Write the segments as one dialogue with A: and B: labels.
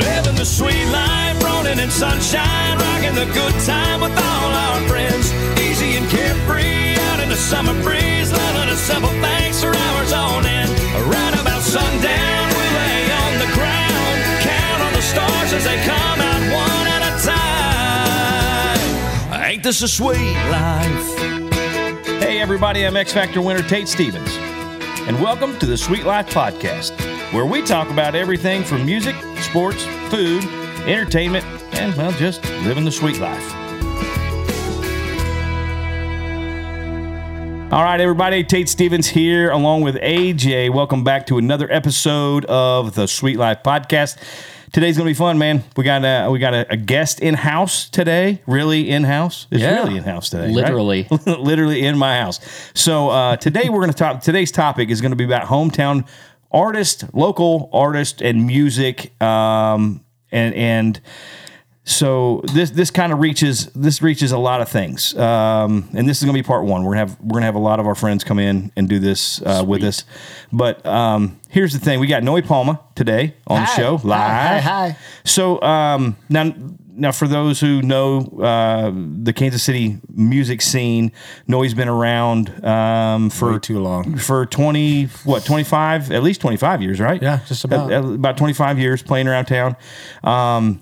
A: a sweet life, rolling in sunshine, rocking the good time with all our friends. Easy and carefree, out in the summer breeze, loving a simple thanks for hours on end. Right about sundown, we lay on the ground, count on the stars as they come out one at a time. Ain't this a sweet life?
B: Hey, everybody, I'm X Factor winner Tate Stevens, and welcome to the Sweet Life Podcast, where we talk about everything from music, sports, food, entertainment, and, well, just living the sweet life. All right, everybody, Tate Stevens here, along with AJ. Welcome back to another episode of the Sweet Life Podcast. Today's gonna be fun, man. We got a we got a, a guest in house today. Really in house? It's
C: Yeah.
B: really in house today. right?
C: Literally.
B: literally in my house. So uh, today we're going to talk. Today's topic is going to be about hometown artist, local artist, and music. Um, and and so this this kind of reaches this reaches a lot of things. Um, and this is going to be part one. We're gonna have we're gonna have a lot of our friends come in and do this uh, with us. But um, here's the thing: we got Noe Palma today on the
C: Hi.
B: show
C: Hi,
B: live.
C: hi, hi.
B: So um, now, now for those who know uh, the Kansas City music scene, Noe's been around um, for
D: Way too long.
B: for twenty what twenty five at least twenty five years, right?
D: Yeah, just about.
B: At- at about twenty five years playing around town. Um,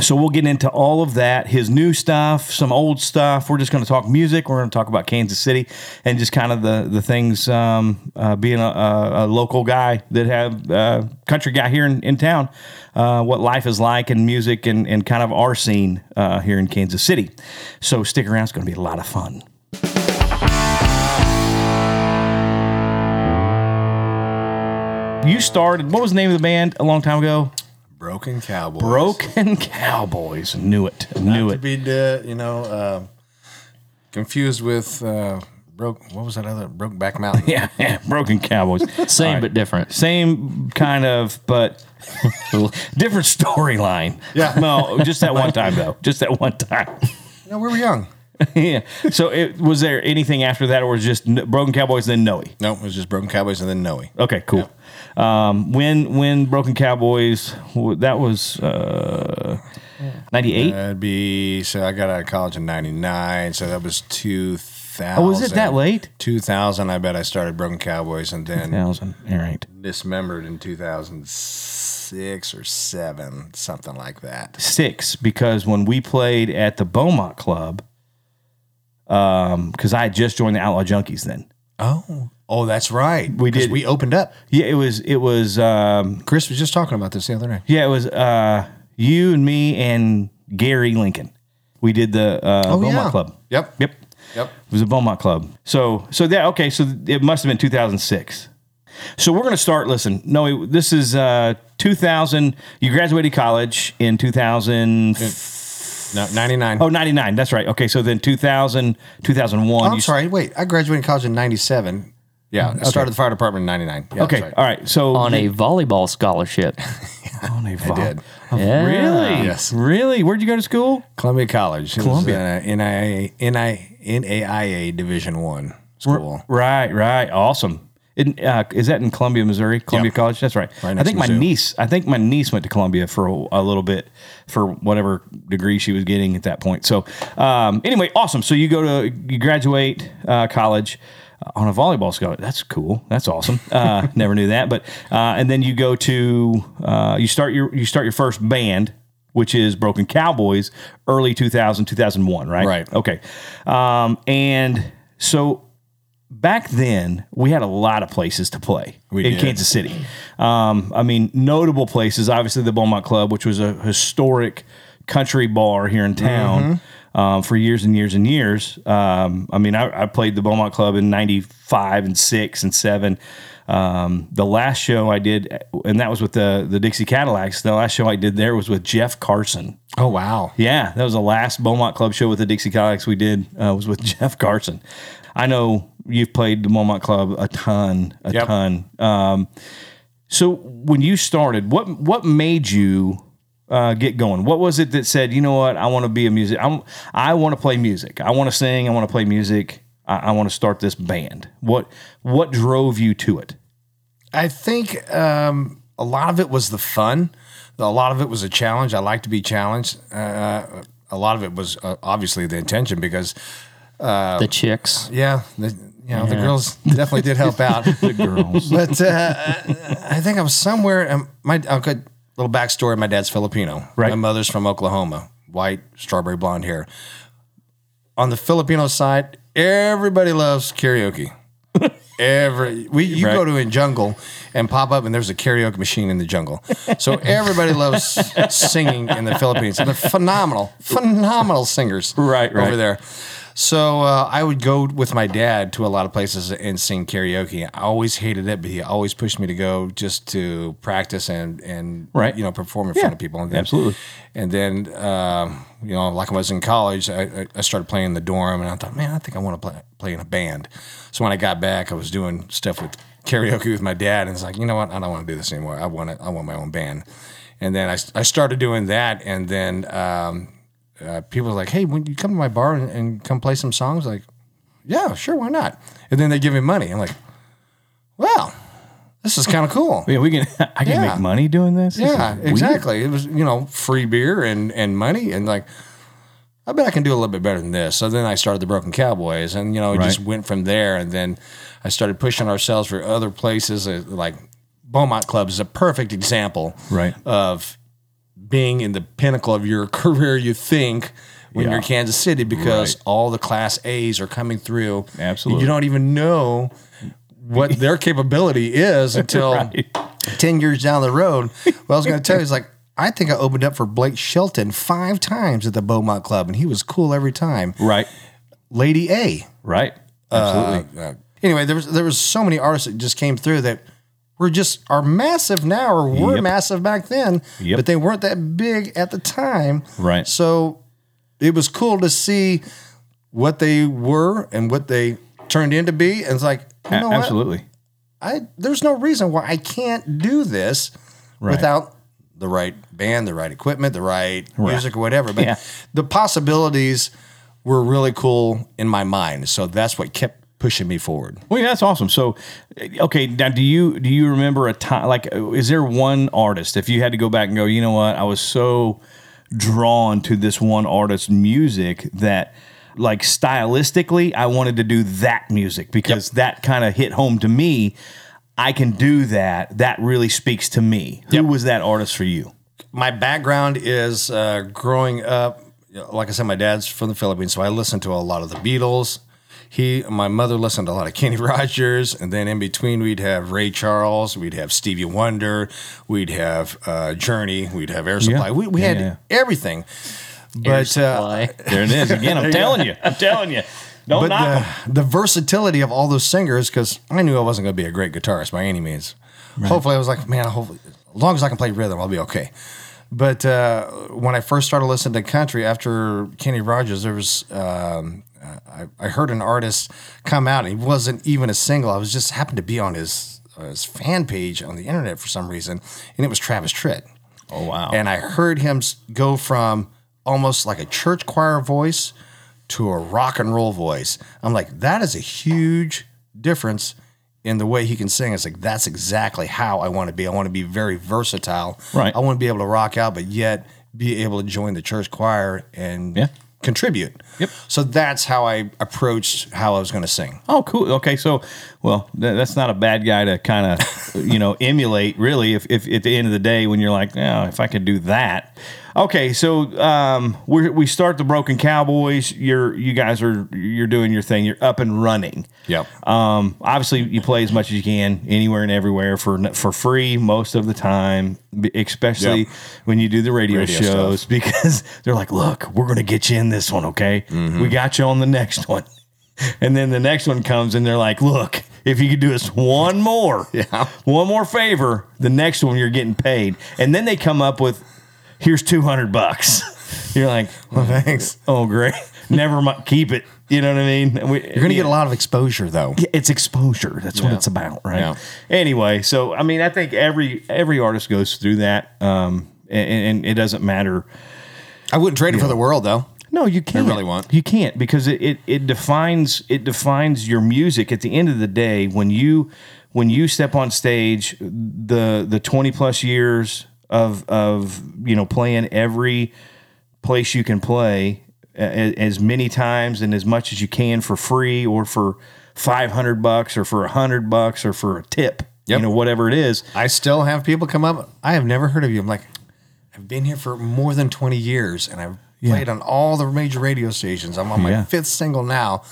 B: so we'll get into all of that, his new stuff, some old stuff. We're just going to talk music. We're going to talk about Kansas City and just kind of the the things um, uh, being a, a, a local guy that have uh, country guy here in, in town, uh, what life is like and music and, and kind of our scene uh, here in Kansas City. So stick around; it's going to be a lot of fun. You started. What was the name of the band a long time ago?
D: Broken Cowboys.
B: Broken Cowboys. Knew it. Knew
D: To
B: it.
D: be, uh, you know, um confused with uh, broke. What was that other broke back mountain?
B: Yeah, yeah, Broken Cowboys.
C: Same
B: All right.
C: but different.
B: same kind of, but different storyline.
D: Yeah.
B: No, just that one time though. Just that one time.
D: You know, we were young.
B: yeah. So, it, was there anything after that, or was it just N- Broken Cowboys then Noe?
D: No, it was just Broken Cowboys and then Noe.
B: Okay, cool. Um, when when Broken Cowboys w- that was uh, ninety eight.
D: That'd be so. I got out of college in '99, so that was 2000.
B: Oh, was it that late?
D: 2000. I bet I started Broken Cowboys and then
B: Thousand. All right.
D: dismembered in 2006 or seven, something like that.
B: six because when we played at the Beaumont Club, because I had just joined the Outlaw Junkies then.
D: Oh, oh, that's right.
B: We
D: 'Cause
B: did.
D: We opened up.
B: Yeah, it was it was um,
D: Chris was just talking about this the other night.
B: yeah it was uh, you and me and Gary Lincoln. We did the uh, Beaumont
D: Oh, yeah.
B: Club.
D: Yep.
B: Yep.
D: Yep.
B: It was a Beaumont Club. So so that okay. So it must have been 2006. So we're gonna start. Listen, no, this is uh, 2000. You graduated college in 2000.
D: No, 99.
B: Oh, 99. That's right. Okay. So then 2000, 2001.
D: Oh, I'm
B: you-
D: sorry. Wait, I graduated college in '97. Yeah, I started the fire department in '99. Yeah,
B: Okay.
D: that's right.
B: All right. So
C: On a volleyball scholarship.
B: on a vol-
D: did.
C: Yeah.
B: Really?
D: Yes.
B: Really? Where'd you go to school?
D: Columbia College.
B: Columbia.
D: It was, uh, NIA, NIA, NAIA Division One school.
B: Right. Right. Awesome. In, uh, is that in Columbia, Missouri? Columbia
D: Yeah.
B: College. That's right. I
D: next
B: think
D: to
B: my
D: Mizzou.
B: niece. I think my niece went to Columbia for a, a little bit for whatever degree she was getting at that point. So um, anyway, awesome. So you go to you graduate uh, college on a volleyball scholarship. That's cool. That's awesome. Uh, never knew that. But uh, and then you go to uh, you start your you start your first band. Which is Broken Cowboys, early 2000, 2001, right?
D: Right.
B: Okay. Um, and so back then we had a lot of places to play
D: We
B: in
D: did.
B: Kansas City. Um, I mean, notable places, obviously the Beaumont Club, which was a historic country bar here in town
D: Mm-hmm.
B: um, for years and years and years. Um, I mean, I, I played the Beaumont Club in '95 and six and seven. Um, the last show I did, and that was with the the Dixie Cadillacs. The last show I did there was with Jeff Carson.
D: Oh wow.
B: Yeah, that was the last Beaumont Club show with the Dixie Cadillacs we did uh, was with Jeff Carson. I know you've played the Beaumont Club a ton, a
D: Yep.
B: ton. Um, so when you started, what what made you uh, get going? What was it that said, you know what, I want to be a music, I'm, I want to play music, I want to sing, I want to play music, I, I want to start this band. What what drove you to it?
D: I think um, a lot of it was the fun. a lot of it was a challenge. I like to be challenged. Uh, a lot of it was uh, obviously the intention because
C: the chicks.
D: yeah, the, you know the girls definitely did help out.
B: girls.
D: but uh, I think I was somewhere. Um, my a good little backstory. My dad's Filipino.
B: Right.
D: My mother's from Oklahoma. White, strawberry blonde hair. On the Filipino side, everybody loves karaoke. Every we you go
B: Right.
D: to a jungle and pop up and there's a karaoke machine in the jungle, so everybody loves singing in the Philippines and they're phenomenal, phenomenal singers
B: Right, right.
D: over there. So uh, I would go with my dad to a lot of places and sing karaoke. I always hated it, but he always pushed me to go just to practice and and
B: Right.
D: you know perform in
B: Yeah,
D: front of people. And then,
B: absolutely.
D: And then um, you know, like I was in college, I, I- I started playing in the dorm, and I thought, man, I think I want to play, play in a band. So when I got back, I was doing stuff with karaoke with my dad, and it's like, you know what, I don't want to do this anymore. I want to, I want my own band. And then I, I started doing that, and then um, uh, people were like, "Hey, when you come to my bar and, and come play some songs?" Like, yeah, sure, why not? And then they give me money. I'm like, wow, this is kind of cool.
B: Yeah, we can. I can
D: Yeah.
B: make money doing this. This
D: Yeah,
B: is weird.
D: exactly. It was you know free beer and and money and like. I bet I can do a little bit better than this. So then I started the Broken Cowboys, and you know, it just
B: Right.
D: went from there. And then I started pushing ourselves for other places, uh, like Beaumont Club is a perfect example
B: Right.
D: of being in the pinnacle of your career. You think when you're in
B: Yeah.
D: Kansas City because
B: Right.
D: all the Class A's are coming through.
B: Absolutely.
D: you don't even know what their capability is until
B: Right.
D: 10 years down the road. Well, I was going to tell you, it's like, I think I opened up for Blake Shelton five times at the Beaumont Club, and he was cool every time.
B: Right.
D: Lady A.
B: Right. Absolutely.
D: Uh, anyway, there was there was so many artists that just came through that were just are massive now or were
B: Yep.
D: massive back then,
B: Yep.
D: but they weren't that big at the time.
B: Right.
D: So it was cool to see what they were and what they turned into be. And it's like, you
B: A-
D: know what?
B: absolutely.
D: I there's no reason why I can't do this
B: Right.
D: without the right band, the right equipment, the right, music or whatever. But
B: Yeah.
D: the possibilities were really cool in my mind. So that's what kept pushing me forward.
B: Well, yeah, that's awesome. So, eh, okay, now do you do you remember a time? Like, is there one artist if you had to go back and go, you know what, I was so drawn to this one artist's music that, like, stylistically, I wanted to do that music because that kind of hit home to me. I can do that. That really speaks to me. Who was that artist for you?
D: my background is uh, growing up. you know, Like I said, my dad's from the Philippines, so I listened to a lot of the Beatles. He, my mother listened to a lot of Kenny Rogers, and then in between we'd have Ray Charles, we'd have Stevie Wonder, we'd have uh, Journey, we'd have Air Supply. We, we
B: Yeah,
D: had
B: yeah.
D: everything. But uh,
C: Why?
B: There it is again. I'm telling you. I'm telling you. Don't
D: but
B: knock 'em.
D: the, the versatility of all those singers, because I knew I wasn't going to be a great guitarist by any means. Hopefully, I was like, man, hopefully, as long as I can play rhythm, I'll be okay. But uh, when I first started listening to country after Kenny Rogers, there was um, I, I heard an artist come out. He wasn't even a single. I was just happened to be on his uh, his fan page on the internet for some reason, and it was Travis Tritt.
B: Oh wow.
D: And I heard him s- go from almost like a church choir voice to a rock and roll voice. I'm like, that is a huge difference in the way he can sing. It's like, that's exactly how I want to be. I want to be very versatile.
B: Right.
D: I want to be able to rock out, but yet be able to join the church choir and
B: Yeah.
D: contribute.
B: Yep.
D: So that's how I approached how I was going to sing.
B: Oh, cool. Okay, so well, th- that's not a bad guy to kind of, you know, emulate. Really, if, if at the end of the day when you're like, oh, if I could do that. Okay, so um, we we start the Broken Cowboys. You're you guys are you're doing your thing. You're up and running.
D: Yep.
B: Um, obviously, you play as much as you can anywhere and everywhere for for free most of the time, b- especially
D: Yep.
B: when you do the radio,
D: Radio
B: shows because they're like, look, we're gonna get you in this one, okay?
D: Mm-hmm.
B: We got you on the next one, and then the next one comes and they're like, look, if you could do us one more,
D: Yeah.
B: one more favor, the next one you're getting paid, and then they come up with, here's two hundred bucks. You're like,
D: Well, thanks.
B: oh great, never mind, keep it. You know what I mean? You're
D: You're going to get a lot of exposure, though.
B: yeah, it's exposure. That's what it's about, right?
D: Yeah.
B: Anyway, so I mean, I think every every artist goes through that, um, and, and it doesn't matter.
D: I wouldn't trade it for the world, though.
B: No, you can't.
D: really won't.
B: You can't because it, it it defines it defines your music. At the end of the day, when you when you step on stage, the the twenty plus years of of you know playing every place you can play as, as many times and as much as you can for free or for 500 bucks or for 100 bucks or for a tip
D: Yep.
B: you know whatever it is
D: I still have people come up. I have never heard of you. I'm like, I've been here for more than 20 years and I've played on all the major radio stations. I'm on my
B: Yeah.
D: fifth single now.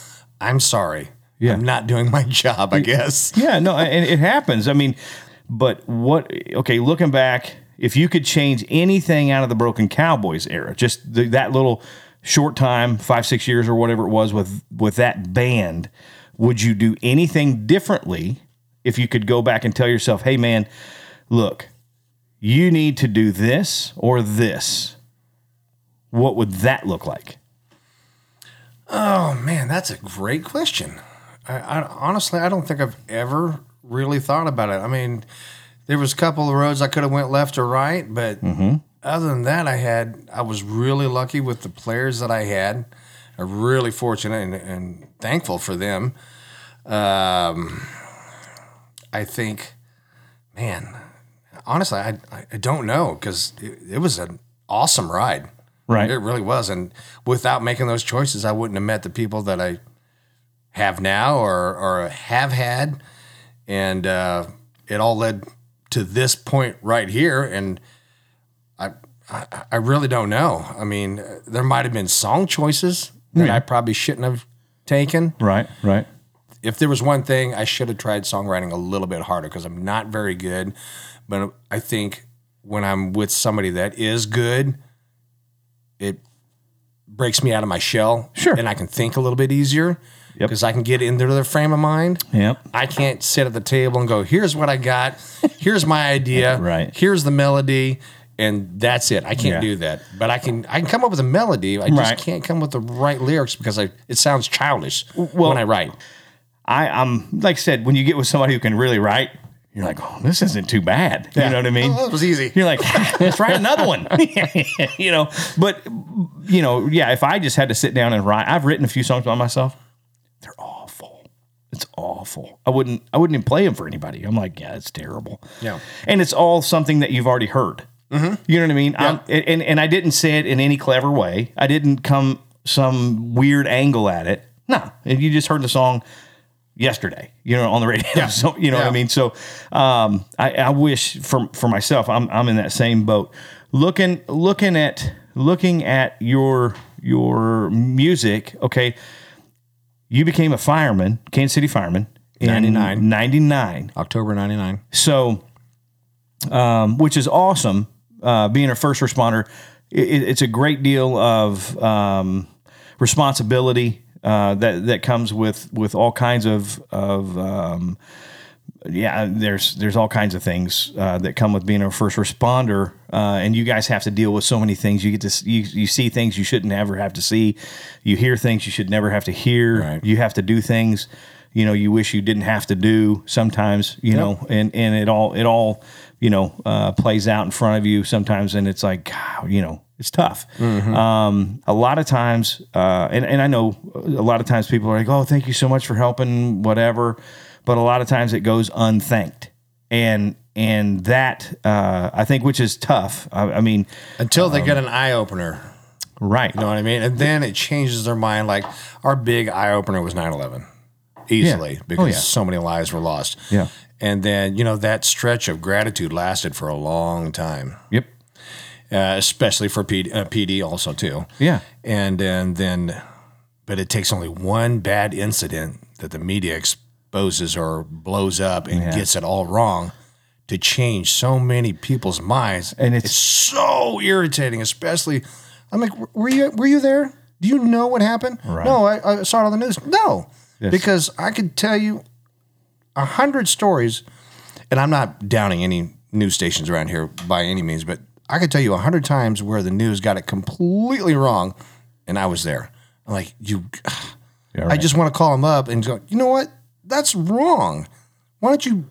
D: I'm sorry.
B: Yeah.
D: I'm not doing my job, I guess.
B: yeah, no, and it happens. I mean, but what? Okay, looking back, if you could change anything out of the Broken Cowboys era, just the, that little short time, five six years or whatever it was with with that band, would you do anything differently if you could go back and tell yourself, "Hey, man, look, you need to do this or this." What would that look like?
D: Oh, man, that's a great question. I, I honestly, I don't think I've ever really thought about it. I mean, there was a couple of roads I could have went left or right, but
B: Mm-hmm.
D: other than that, I had I was really lucky with the players that I had. I'm really fortunate and, and thankful for them. Um, I think, man, honestly, I I- I don't know because it, it was an awesome ride.
B: Right.
D: it really was, and without making those choices, I wouldn't have met the people that I have now or or have had, and uh, it all led to this point right here. And I I really don't know. I mean, uh, there might have been song choices that I probably shouldn't have taken.
B: Right, right.
D: If there was one thing, I should have tried songwriting a little bit harder because I'm not very good. But I think when I'm with somebody that is good, it breaks me out of my shell.
B: Sure.
D: And I can think a little bit easier
B: Yep.
D: because I can get into their frame of mind.
B: Yep.
D: I can't sit at the table and go, here's what I got, here's my idea,
B: Right.
D: here's the melody, and that's it. I can't
B: Yeah.
D: do that. But I can I can come up with a melody. I just
B: Right.
D: can't come with the right lyrics because I it sounds childish
B: Well-
D: when I write.
B: I, I'm like I said, when you get with somebody who can really write, you're like, oh, this isn't too bad. You know what I mean?
D: Oh, that was easy.
B: You're like, "Ah, let's write another one. you know, but you know, yeah. If I just had to sit down and write, I've written a few songs by myself. They're awful. It's awful. I wouldn't. I wouldn't even play them for anybody. I'm like, yeah, it's terrible.
D: Yeah.
B: And it's all something that you've already heard. You know what I mean? I'm- and- and and I didn't say it in any clever way. I didn't come some weird angle at it. No, and you just heard the song yesterday, you know, on the radio. So, you know what I
D: Yeah.
B: mean? So, um, I, I wish for, for myself, I'm, I'm in that same boat looking, looking at, looking at your, your music. Okay. You became a fireman, Kansas city fireman in
D: 99.
B: 99.
D: October ninety nine.
B: So, um, which is awesome. Uh, being a first responder, it, it's a great deal of um, responsibility uh, that that comes with with all kinds of of um, yeah. There's there's all kinds of things uh, that come with being a first responder, uh, and you guys have to deal with so many things. You get to s- you, you see things you shouldn't ever have to see, you hear things you should never have to hear.
D: Right.
B: You have to do things you know you wish you didn't have to do sometimes you know and and it all it all you know uh, plays out in front of you sometimes and it's like God, you know it's tough um, a lot of times uh, and, and i know a lot of times people are like oh thank you so much for helping whatever but a lot of times it goes unthanked and and that uh, i think which is tough i, I mean
D: Until
B: Um,
D: they get an eye opener.
B: right
D: You know what I mean? And then it changes their mind. Like our big eye opener was 9 11 easily
B: Yeah. Oh,
D: because
B: yeah.
D: so many lives were lost.
B: Yeah.
D: And then, you know, that stretch of gratitude lasted for a long time,
B: yep
D: uh, especially for P- uh, PD also, too.
B: Yeah.
D: And, and then, but it takes only one bad incident that the media exposes or blows up and gets it all wrong to change so many people's minds.
B: And it's-
D: so irritating, especially. I'm like, "W- were you were you there? Do you know what happened? No, I, I saw it on the news. No, because I could tell you a hundred stories, and I'm not downing any news stations around here by any means, but I could tell you a hundred times where the news got it completely wrong, and I was there. I'm like, you. I just want to call them up and go. You know what? That's wrong. Why don't you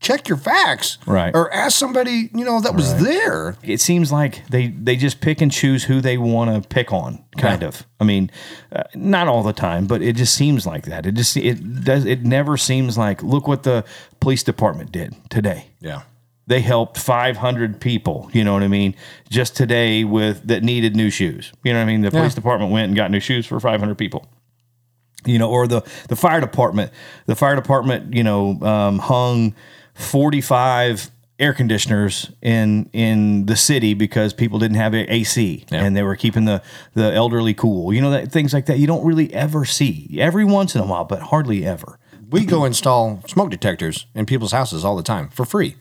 D: check your facts,
B: Right.
D: Or ask somebody you know that was there.
B: it seems like they they just pick and choose who they want to pick on kind
D: Yeah.
B: of i mean uh, not all the time but it just seems like that it just it does it never seems like look what the police department did today
D: Yeah.
B: they helped 500 people you know what i mean just today with that needed new shoes you know what i mean the police department went and got new shoes for 500 people you know or the the fire department the fire department you know um, hung 45 air conditioners in in the city because people didn't have a- AC and they were keeping the the elderly cool you know that things like that you don't really ever see every once in a while but hardly ever
D: We go install smoke detectors in people's houses all the time for free.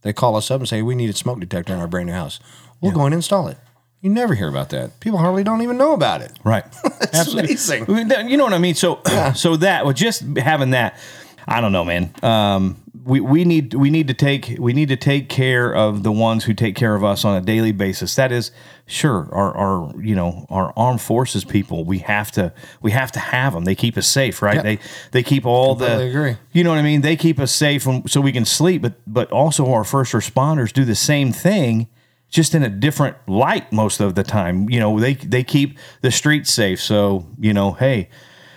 D: They call us up and say, We need a smoke detector in our brand new house. We'll go and install it. You never hear about that. People hardly don't even know about it.
B: Right.
D: amazing.
B: I mean, that- You know what I mean? So, so that with just having that, I don't know, man. Um, we, we need we need to take we need to take care of the ones who take care of us on a daily basis. That is sure our, our you know our armed forces people. We have to we have to have them. They keep us safe, right?
D: Yep.
B: They they keep all the
D: Completely agree.
B: you know what I mean? They keep us safe and, so we can sleep, but but also our first responders do the same thing, just in a different light most of the time. You know, they they keep the streets safe. So you know, hey,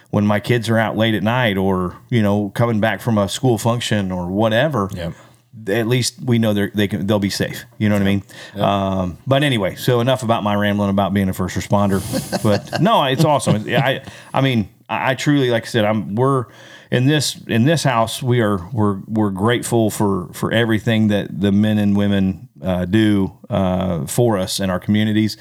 B: when my kids are out late at night or you know coming back from a school function or whatever,
D: Yep.
B: at least we know they're, they can they'll be safe. You know what I mean? Um, but anyway, so enough about my rambling about being a first responder. but no, it's awesome. It- I I mean, I, I truly like I said, I'm we're in this in this house. We are we're we're grateful for for everything that the men and women uh, do uh, for us and our communities.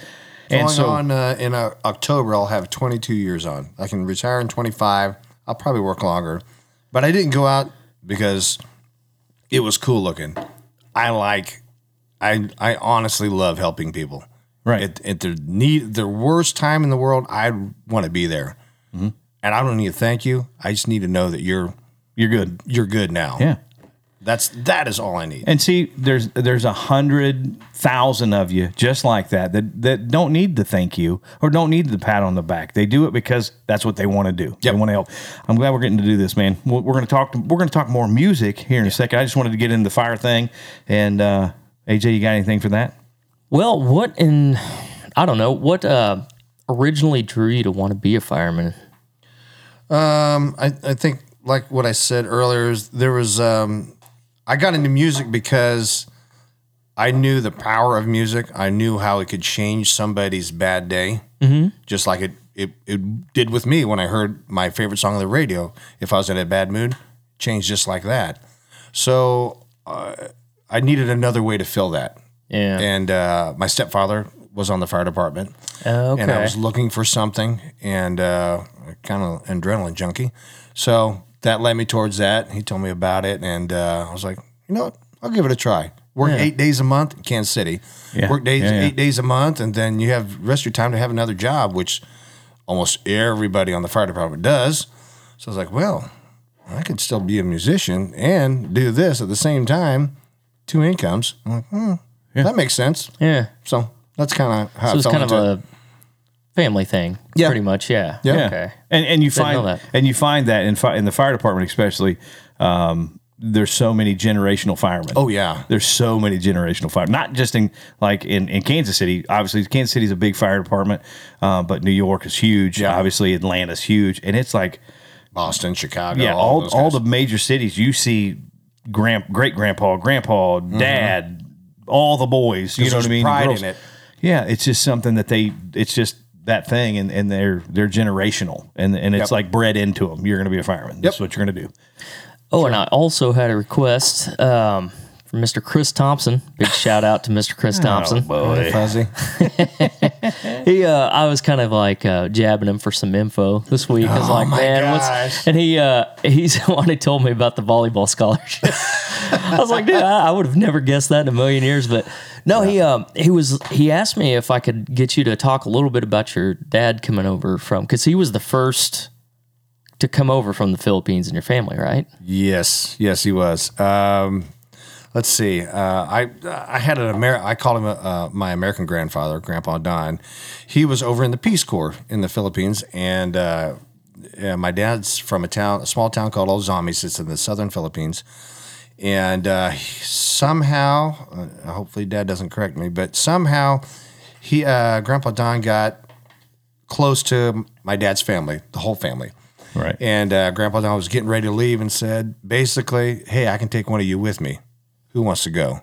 D: Going
B: and so
D: on uh, in uh, October, I'll have 22 years on. I can retire in 25. I'll probably work longer, but I didn't go out because it was cool looking. I like, I I honestly love helping people.
B: Right.
D: at, at their need, their worst time in the world, I want to be there,
B: Mm-hmm.
D: and I don't need to thank you. I just need to know that you're
B: you're good.
D: you're good now.
B: Yeah.
D: that's that is all I need.
B: And see, there's there's a hundred thousand of you just like that that that don't need the thank you or don't need the pat on the back. They do it because that's what they want to do. They
D: Yep.
B: want to help. I'm glad we're getting to do this, man. We're, we're gonna talk. We're gonna talk more music here in a second. I just wanted to get into the fire thing. And uh, AJ, you got anything for that?
C: Well, what in I don't know what uh, originally drew you to want to be a fireman.
D: Um, I, I think like what I said earlier is there was um, I got into music because I knew the power of music. I knew how it could change somebody's bad day, mm-hmm. just like it, it it did with me when I heard my favorite song on the radio. If I was in a bad mood, changed just like that. So uh, I needed another way to fill that.
C: Yeah.
D: And uh, my stepfather was on the fire department
C: Okay.
D: and I was looking for something and uh, kind of an adrenaline junkie. So that led me towards that. He told me about it, and uh, I was like, you know what? I'll give it a try. Work eight days a month in Kansas City.
B: Yeah.
D: Work days
B: Yeah, yeah.
D: eight days a month, and then you have rest of your time to have another job, which almost everybody on the fire department does. So I was like, well, I could still be a musician and do this at the same time, two incomes. I'm like, hmm, that makes sense.
C: yeah.
D: So that's kind of how
C: So
D: I
C: it's
D: fell
C: kind of
D: into it.
C: a family thing.
D: Yeah.
C: Pretty much. Yeah.
D: Yeah.
C: Okay.
B: And and you
C: know
B: find
C: that.
B: and you find that in fi- in the fire department especially. Um, there's so many generational firemen.
D: Oh yeah,
B: There's so many generational fire, not just in like in, in Kansas City. Obviously, Kansas City's a big fire department, uh, but New York is huge.
D: Yeah.
B: Obviously, Atlanta's huge, and it's like
D: Boston, Chicago.
B: yeah, all
D: those
B: all,
D: guys.
B: the major cities you see, grand great grandpa, grandpa, dad, all the boys. You know
D: there's
B: what I mean?
D: Mm-hmm. pride
B: Girls.
D: in it.
B: Yeah, it's just something that they. It's just that thing, and, and they're they're generational, and and it's
D: Yep.
B: like bred into them. You're going to be a fireman. That's
D: Yep.
B: what you're going to do.
C: Oh, and I also had a request um, from Mr. Chris Thompson. Big shout out to Mr. Chris
D: Oh,
C: Thompson.
B: boy.
D: fuzzy.
C: He, uh, I was kind of like uh, jabbing him for some info this week. I was like,
D: Oh my
C: man, what's
D: gosh.
C: and he uh, he's the one who told me about the volleyball scholarship. I was like, dude, I, I would have never guessed that in a million years. But no, he um, he was he asked me if I could get you to talk a little bit about your dad coming over from because he was the first to come over from the Philippines in your family, right?
D: yes, yes, he was. Um, let's see. Uh, I I had an Amer- I called him uh, my American grandfather, Grandpa Don. He was over in the Peace Corps in the Philippines, and uh, yeah, my dad's from a town, a small town called Ozamis. It's in the southern Philippines. and uh, he- somehow, uh, hopefully, Dad doesn't correct me, but somehow, he uh, Grandpa Don got close to my dad's family, the whole family.
B: Right.
D: And uh, Grandpa Don was getting ready to leave and said, basically, "Hey, I can take one of you with me. Who wants to go?"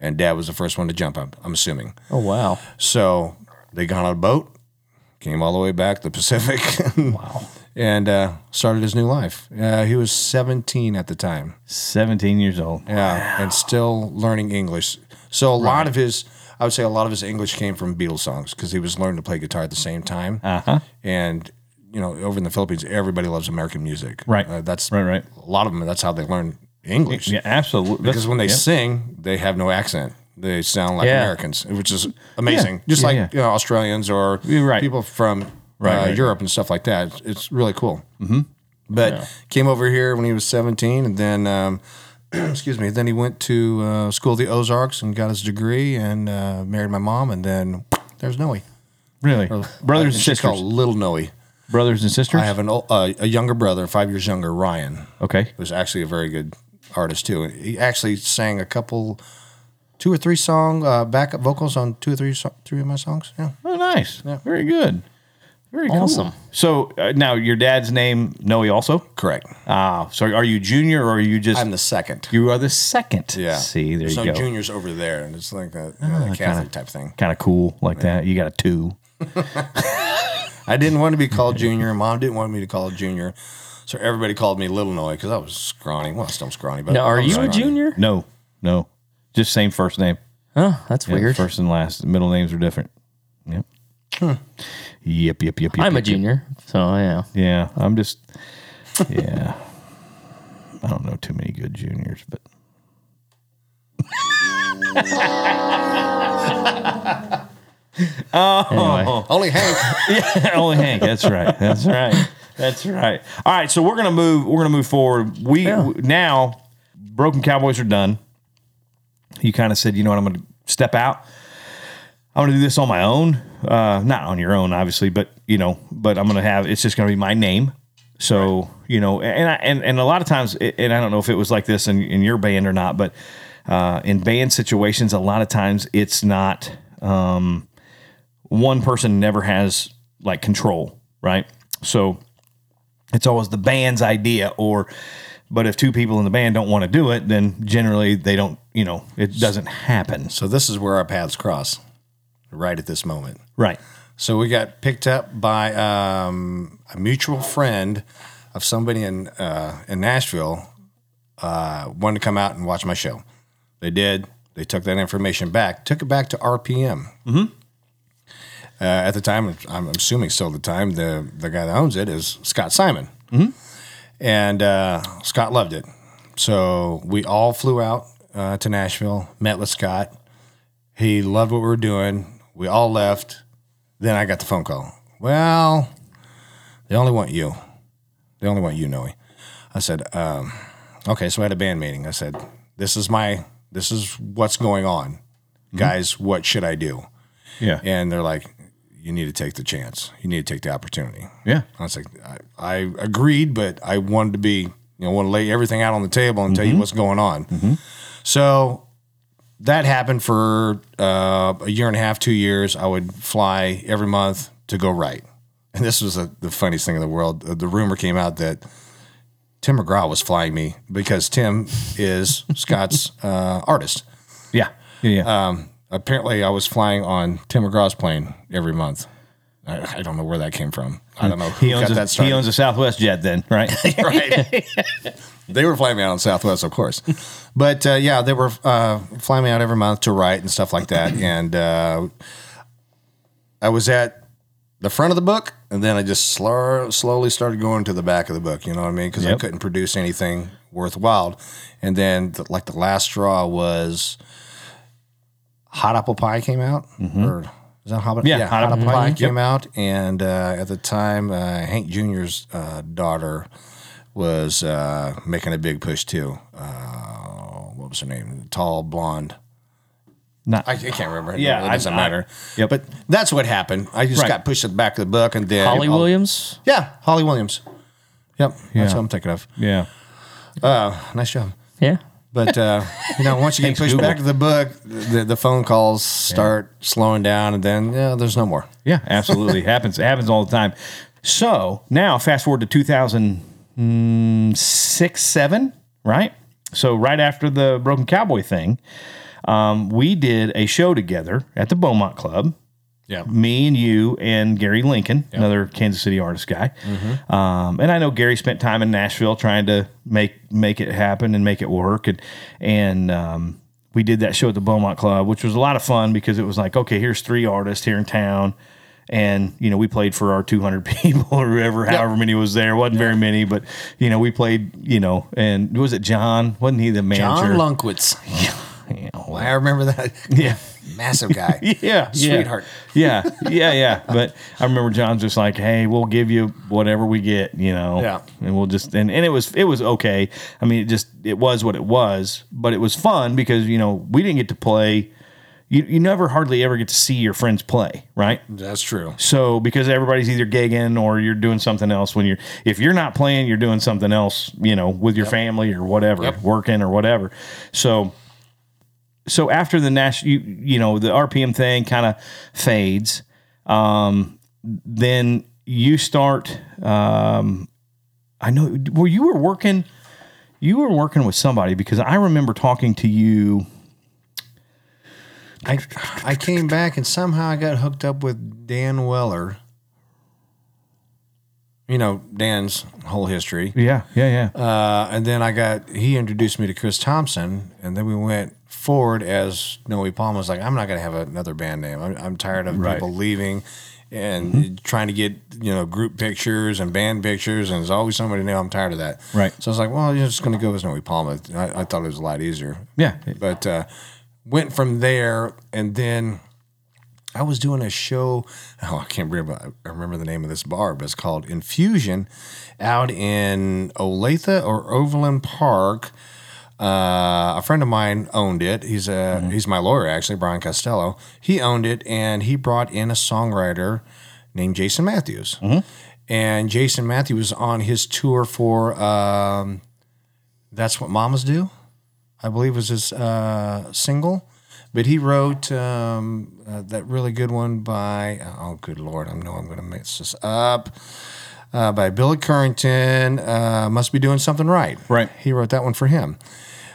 D: and dad was the first one to jump up, I'm assuming.
C: Oh wow.
D: So they got on a boat, came all the way back to the Pacific. wow. And uh, started his new life. Uh, he was 17 at the time.
B: 17 years old.
D: Yeah, and still learning English. So a lot of his, I would say, a lot of his English came from Beatles songs because he was learning to play guitar at the same time. Uh-huh. And you know, over in the Philippines, everybody loves American music.
B: Right.
D: Uh, that's
B: Right, right.
D: A lot of them. That's how they learn English.
B: Yeah, absolutely.
D: Because when they
B: yeah.
D: sing, they have no accent. They sound like
C: Yeah.
D: Americans, which is amazing. Just
B: Yeah,
D: like
B: yeah.
D: you know, Australians or
B: You're right.
D: people from
B: Right,
D: uh,
B: right.
D: Europe and stuff like that. It's, it's really cool. Mm-hmm. But came over here when he was 17, and then um, excuse me, then he went to uh, school of the Ozarks and got his degree and uh, married my mom, and then there's Noe.
B: really brothers and
D: She's
B: sisters,
D: called Little Noe.
B: brothers and sisters.
D: uh, I have an ol- uh, a younger brother, five years younger, Ryan
B: okay,
D: was actually a very good artist too. And he actually sang a couple, two or three song uh, backup vocals on two or three so- three of my songs. Yeah,
B: oh nice, very good, very cool.
C: Awesome.
B: So uh, now your dad's name Noe also.
D: correct.
B: Ah, so are you junior or are you just?
D: I'm the second.
B: you are the second.
D: Yeah.
B: See, there
D: There's
B: you
D: no
B: go.
D: juniors over there, and it's like a, you know, the Catholic type thing.
B: Kind of cool like that. You got a two.
D: I didn't want to be called junior. Mom didn't want me to call it junior, so everybody called me Little Noy because I was scrawny. Well, still scrawny, but
C: Now,
D: I
C: are
D: was
C: you a
D: scrawny.
C: junior?
B: No, no, just same first name.
C: Oh, that's
B: Yeah,
C: weird.
B: First and last. Middle names are different. Yep. Yep, yep, yep, yep.
C: I'm
B: yep,
C: a
B: yep.
C: junior, so yeah.
B: Yeah, I'm just. Yeah. I don't know too many good juniors, but
C: Anyway,
D: Only Hank.
B: only Hank. That's right. That's right. That's right. All right. So we're gonna move. We're gonna move forward. We
C: Yeah.
B: now broken cowboys are done. You kind of said, you know what? I'm gonna step out. I'm gonna do this on my own. Uh, not on your own, obviously, but you know, but I'm gonna have. It's just gonna be my name. So you know, and I, and and a lot of times, and I don't know if it was like this in, in your band or not, but uh, in band situations, a lot of times it's not. Um, one person never has like control, right? So it's always the band's idea or but if two people in the band don't want to do it, then generally they don't, you know, it doesn't happen.
D: so this is where our paths cross, right at this moment.
B: Right.
D: So we got picked up by um, a mutual friend of somebody in uh, in Nashville. Uh, wanted to come out and watch my show. They did. They took that information back. Took it back to RPM. Mm-hmm. Uh, at the time, I'm assuming still at the time, the the guy that owns it is Scott Simon, mm-hmm. and uh, Scott loved it. So we all flew out uh, to Nashville, met with Scott. He loved what we were doing. We all left. Then I got the phone call. Well, they only want you. They only want you, Noe. I said, um, okay. So I had a band meeting. I said, this is my, this is what's going on, guys. What should I do?
B: Yeah.
D: And they're like, you need to take the chance. You need to take the opportunity.
B: Yeah.
D: I was like, I, I agreed, but I wanted to be, you know, want to lay everything out on the table and
B: Mm-hmm.
D: tell you what's going on. So that happened for uh, a year and a half, two years. I would fly every month to go write. And this was a, the funniest thing in the world. Uh, The rumor came out that Tim McGraw was flying me because Tim is Scott's uh, artist.
B: Yeah. Yeah. yeah.
D: Uh, Apparently, I was flying on Tim McGraw's plane every month. I, I don't know where that came from. I don't know who
B: he owns
D: got
B: a,
D: that started.
B: he owns a Southwest jet then, right?
D: right? they were flying me out on Southwest, of course. But uh, yeah, they were uh, flying me out every month to write and stuff like that. And uh, I was at the front of the book, and then I just slur, slowly started going to the back of the book. You know what I mean? Because I
B: Yep.
D: couldn't produce anything worthwhile. And then, the, like the last straw was Hot Apple Pie came out, or is that Hot?
B: Mm-hmm. Yeah, Hot Apple Pie, yep.
D: came out, and uh, at the time, uh, Hank Jr.'s uh, daughter was uh, making a big push too. Uh, what was her name? Tall blonde.
B: Not
D: I, I can't remember.
B: Yeah,
D: it doesn't
B: I- I-
D: matter.
B: yep.
D: But that's what happened. I just
B: Right.
D: got pushed to the back of the book, and then
C: Holly Williams.
D: Yeah, Holly Williams. Yep, that's what I'm thinking of. Uh,
B: yeah.
D: Nice job.
C: Yeah.
D: But uh, you know, once you get pushed
B: Google.
D: back to the book, the, the phone calls start slowing down, and then yeah, there's no more.
B: Yeah, absolutely. happens. It happens all the time. So now fast forward to 2006, seven, right? So right after the Broken Cowboy thing, um, we did a show together at the Beaumont Club.
D: Yeah.
B: Me and you and Gary Lincoln, another Kansas City artist guy. Um, and I know Gary spent time in Nashville trying to make make it happen and make it work. And and um, we did that show at the Beaumont Club, which was a lot of fun because it was like, okay, here's three artists here in town. And you know we played for our 200 people or whoever, however many was there. wasn't very many, but you know we played. You know, and was it John? Wasn't he the manager?
D: John Lunkwitz. Well, I remember that
B: yeah,
D: massive guy.
B: yeah,
D: Sweetheart.
B: Yeah, yeah, yeah. But I remember John's just like, "Hey, we'll give you whatever we get, you know."
D: Yeah.
B: And we'll just and, and it was it was okay. I mean, it just it was what it was, but it was fun because you know we didn't get to play. You you never hardly ever get to see your friends play, right?
D: That's true.
B: So because everybody's either gigging or you're doing something else when you're if you're not playing, you're doing something else, you know, with your family or whatever,
D: Yep.
B: working or whatever. So so after the national you, you know, the RPM thing kind of fades. Um then you start um I know well you were working you were working with somebody because I remember talking to you
D: I I came back and somehow I got hooked up with Dan Weller. You know Dan's whole history,
B: yeah, yeah, yeah.
D: uh, and then I got he introduced me to Chris Thompson, and then we went forward as Noe Palma was like, I'm not going to have another band name. I'm, I'm tired of
B: Right. Mm-hmm.
D: people leaving and trying to get you know group pictures and band pictures, and there's always somebody new. I'm tired of that.
B: Right.
D: So I was like, well, you're just going to go as Noe Palma. I, I thought it was a lot easier
B: yeah.
D: but uh, went from there and then I was doing a show. Oh, I can't remember. I remember the name of this bar, but it's called Infusion, out in Olathe or Overland Park. Uh, a friend of mine owned it. He's a he's my lawyer actually, Brian Costello. He owned it, and he brought in a songwriter named Jason Matthews. And Jason Matthews was on his tour for um, "That's What Mamas Do." I believe was his uh, single. But he wrote um, uh, that really good one by oh good lord I know I'm going to mix this up uh, by Billy Currington uh, must be doing something right
B: Right.
D: he wrote that one for him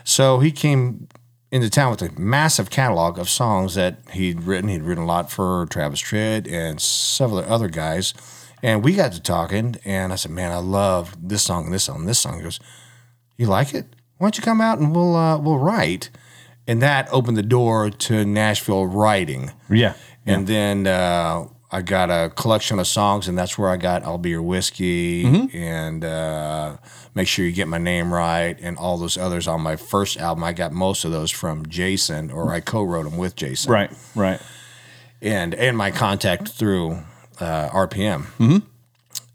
D: so he came into town with a massive catalog of songs that he'd written he'd written a lot for Travis Tritt and several other guys and we got to talking and I said man I love this song and this song and this song he goes you like it? Why don't you come out and we'll uh, we'll write? And that opened the door to Nashville writing.
B: Yeah.
D: And then uh, I got a collection of songs, and that's where I got "I'll Be Your Whiskey"
B: Mm-hmm.
D: and uh, "Make Sure You Get My Name Right" and all those others on my first album. I got most of those from Jason, or I co-wrote them with Jason,
B: Right, right.
D: and and my contact through uh, RPM.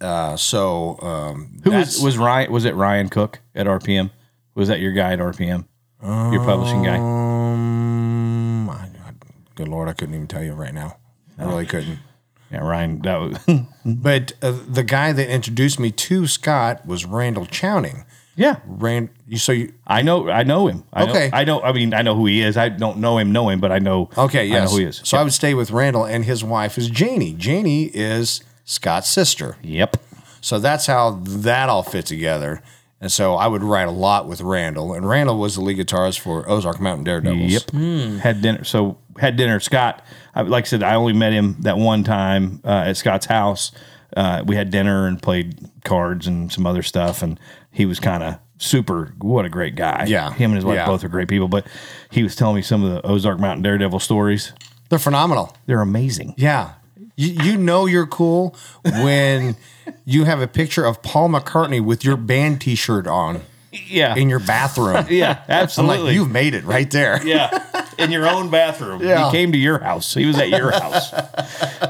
D: Uh, so um,
B: Mm-hmm. Who
D: that's-
B: was was Ryan? Was it Ryan Cook at RPM? Was that your guy at RPM? your publishing
D: Oh.
B: guy?
D: Um, I, I, good lord, I couldn't even tell you right now. I
B: Oh.
D: really couldn't.
B: Yeah, Ryan. That was
D: But uh, the guy that introduced me to Scott was Randall Chowning.
B: yeah.
D: Rand, you so you
B: I know. I know him. I know-
D: Okay.
B: I know. I mean, I know who he is. I don't know him. Know him, but I know.
D: okay?
B: I
D: Yes,
B: know who he is.
D: So I would stay with Randall, and his wife is Janie. Janie is Scott's sister.
B: yep.
D: So that's how that all fit together. And so I would write a lot with Randall, and Randall was the lead guitarist for Ozark Mountain Daredevils.
B: Yep.
D: Hmm.
B: Had dinner. So had dinner. Scott, I, like I said, I only met him that one time uh, at Scott's house. Uh, we had dinner and played cards and some other stuff, and he was kind of super. What a great guy!
D: Yeah.
B: him and his wife
D: Yeah.
B: both are great people. But he was telling me some of the Ozark Mountain Daredevil stories.
D: They're phenomenal.
B: They're amazing.
D: Yeah. You, you know you're cool when you have a picture of Paul McCartney with your band t shirt on
B: Yeah,
D: in your bathroom.
B: yeah,
D: I'm like,
B: absolutely.
D: you've made it right there.
B: yeah, in your own bathroom.
D: Yeah.
B: He came to your house. He was at your house.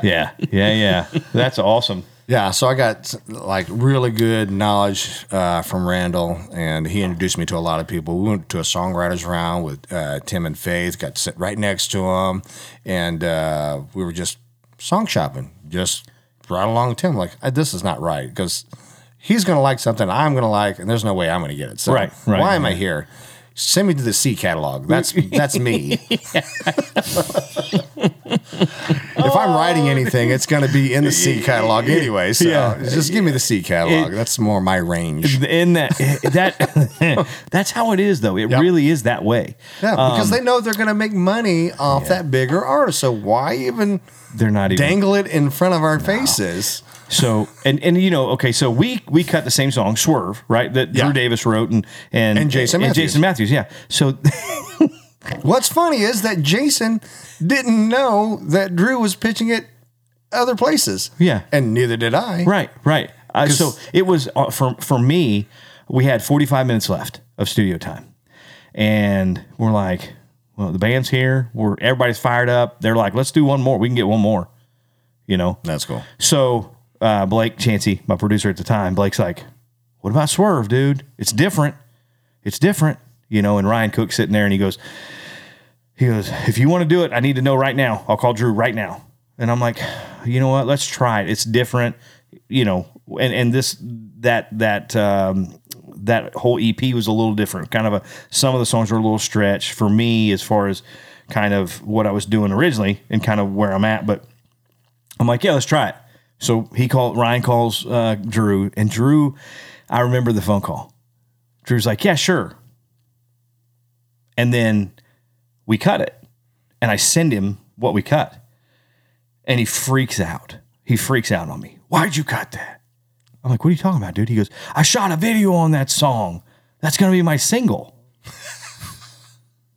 B: yeah, yeah, yeah. That's awesome.
D: Yeah. So I got like really good knowledge uh, from Randall, and he introduced me to a lot of people. We went to a songwriters round with uh, Tim and Faith, got to sit right next to him, and uh, we were just song shopping, just right along with Tim. Like, "Uh, this is not right because he's going to like something I'm going to like, and there's no way I'm going to get it. So
B: Right, right,
D: why am I
B: right.
D: here? Send me to the C catalog. That's that's me. if I'm writing anything, it's going to be in the C catalog anyway. So
B: Yeah.
D: just give me the C catalog. That's more my range.
B: in that eh, that that's how it is though. It
D: Yep.
B: really is that way. Um,
D: Yeah, because they know they're going to make money off that bigger artist. So why even
B: They're not even
D: dangle it in front of our faces?
B: So and and you know okay, so we we cut the same song Swerve right that
D: Yeah.
B: Drew Davis wrote and and
D: And Jason
B: and
D: Matthews.
B: Jason Matthews yeah. So
D: What's funny is that Jason didn't know that Drew was pitching it other places.
B: Yeah.
D: and neither did I.
B: right right. Uh,
D: 'Cause-
B: so it was uh, for for me. We had forty five minutes left of studio time, and we're like, well, the band's here. We're everybody's fired up. They're like, let's do one more. We can get one more. You know.
D: That's cool.
B: So uh, Blake Chansey, my producer at the time, Blake's like, "What about Swerve, dude? It's different. It's different." You know, and Ryan Cook's sitting there, and he goes, "He goes, if you want to do it, I need to know right now. I'll call Drew right now." And I'm like, "You know what? Let's try it. It's different. You know, and and this that that." Um, that whole EP was a little different. Kind of a some of the songs were a little stretch for me as far as kind of what I was doing originally and kind of where I'm at. But I'm like, yeah, let's try it. So he called Ryan calls uh, Drew, and Drew, I remember the phone call. Drew's like, yeah, sure. And then we cut it, and I send him what we cut, and he freaks out. He freaks out on me. Why'd you cut that? I'm like, what are you talking about, dude? He goes, I shot a video on that song. That's gonna be my single.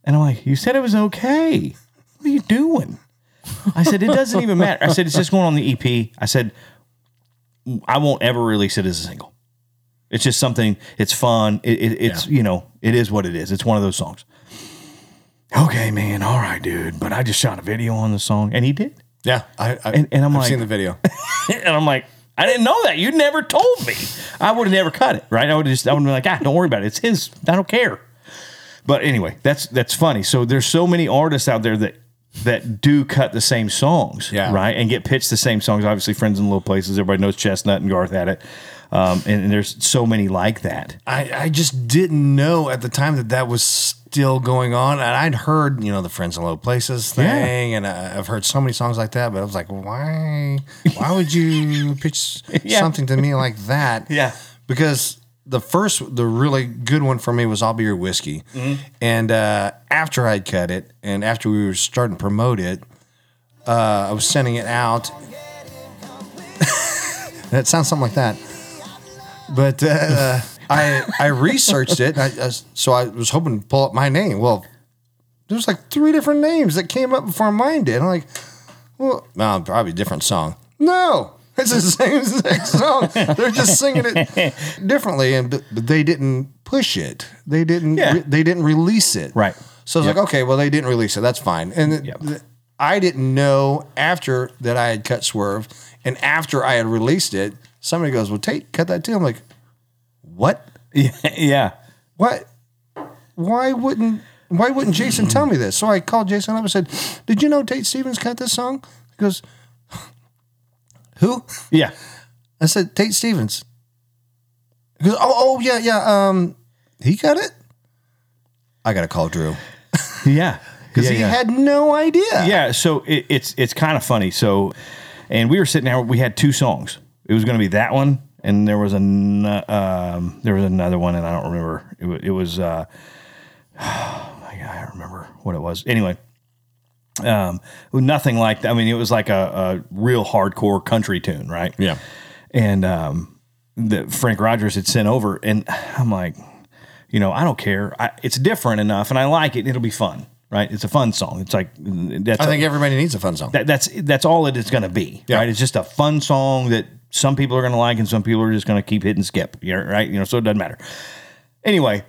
B: and I'm like, you said it was okay. What are you doing? I said, it doesn't even matter. I said, it's just going on the EP. I said, I won't ever release it as a single. It's just something, it's fun. It, it, it's, you know, it is what it is. It's one of those songs. Okay, man. All right, dude. But I just shot a video on the song. And he did.
D: Yeah, I, I
B: And- and I'm
D: I've
B: like-
D: seen the video.
B: And I'm like, I didn't know that. You never told me. I would have never cut it, right? I would have just, I would have been like, ah, don't worry about it. It's his. I don't care. But anyway, that's that's funny. So there's so many artists out there that that do cut the same songs,
D: Yeah.
B: right, and get pitched the same songs. Obviously, friends in little places. Everybody knows Chestnut and Garth had it, um, and, and there's so many like that.
D: I, I just didn't know at the time that that was still going on. And I'd heard, you know, the Friends in Low Places thing,
B: Yeah.
D: and I, I've heard so many songs like that, but I was like, why? Why would you pitch
B: Yeah.
D: something to me like that?
B: Yeah.
D: Because the first, the really good one for me was I'll Be Your Whiskey.
B: Mm-hmm.
D: And uh, after I'd cut it and after we were starting to promote it, uh, I was sending it out. That sounds something like that. But uh, I I researched it, and I, I- so I was hoping to pull up my name. Well, there's like three different names that came up before mine did. I'm like, well, no, probably a different song. No, it's the same exact song. They're just singing it differently, and but but they didn't push it. They didn't.
B: Yeah.
D: re- they didn't release it.
B: Right.
D: So I was like, okay, well, they didn't release it. That's fine. And th-
B: Yep.
D: th- I didn't know after that I had cut Swerve and after I had released it, somebody goes, well, Tate, cut that too. I'm like, what?
B: Yeah, yeah.
D: What? Why wouldn't why wouldn't Jason tell me this? So I called Jason up and said, Did you know Tate Stevens cut this song? He goes, Who?
B: yeah.
D: I said, Tate Stevens. He goes, Oh, oh yeah, yeah. Um he cut it? I gotta call Drew.
B: Yeah.
D: Because
B: yeah,
D: he
B: yeah.
D: had no idea.
B: yeah. So it, it's it's kind of funny. So, and we were sitting there. We had two songs. It was going to be that one, and there was an um, there was another one, and I don't remember. It, wa- it was uh, my God, I don't remember what it was. Anyway, um, nothing like that. I mean, it was like a, a real hardcore country tune, right?
D: Yeah.
B: and um, that Frank Rogers had sent over, and I'm like, you know, I don't care. I, it's different enough, and I like it. It'll be fun, right? It's a fun song. It's like that's
D: I think everybody needs a fun song.
B: that, that's that's all it is going to be,
D: Yeah.
B: right? It's just a fun song that some people are going to like, and some people are just going to keep hitting skip, you know, right? You know, so it doesn't matter. Anyway,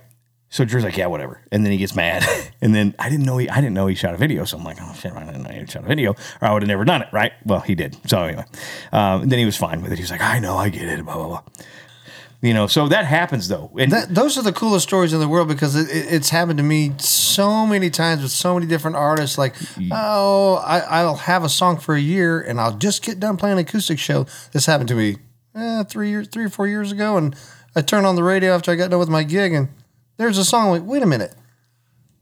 B: so Drew's like, yeah, whatever, and then he gets mad, and then I didn't know he I didn't know he shot a video, so I'm like, oh shit, I didn't know he shot a video, or I would have never done it, right? Well, he did. So anyway, um, then he was fine with it. He was like, I know, I get it, blah blah blah. You know, so that happens though, and
D: That- those are the coolest stories in the world because it, it- it's happened to me so many times with so many different artists. Like, oh, I, I'll have a song for a year and I'll just get done playing an acoustic show. This happened to me eh, three years, three or four years ago, and I turned on the radio after I got done with my gig, and there's a song. Like, wait a minute,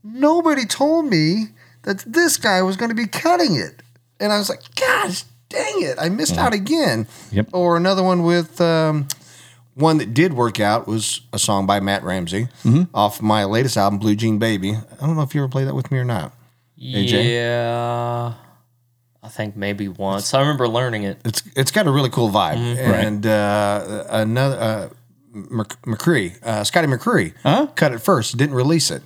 D: nobody told me that this guy was going to be cutting it. and I was like, gosh, dang it, I missed out again.
B: Yep.
D: Or another one with um, one that did work out was a song by Matt Ramsey
B: Mm-hmm.
D: off my latest album, Blue Jean Baby. I don't know if you ever played that with me or not. AJ?
C: Yeah. I think maybe once. I remember learning it.
D: It's it's got a really cool vibe.
B: Mm-hmm.
D: And uh, another uh, Mc- McCree, uh, Scotty McCree, cut it first, didn't release it.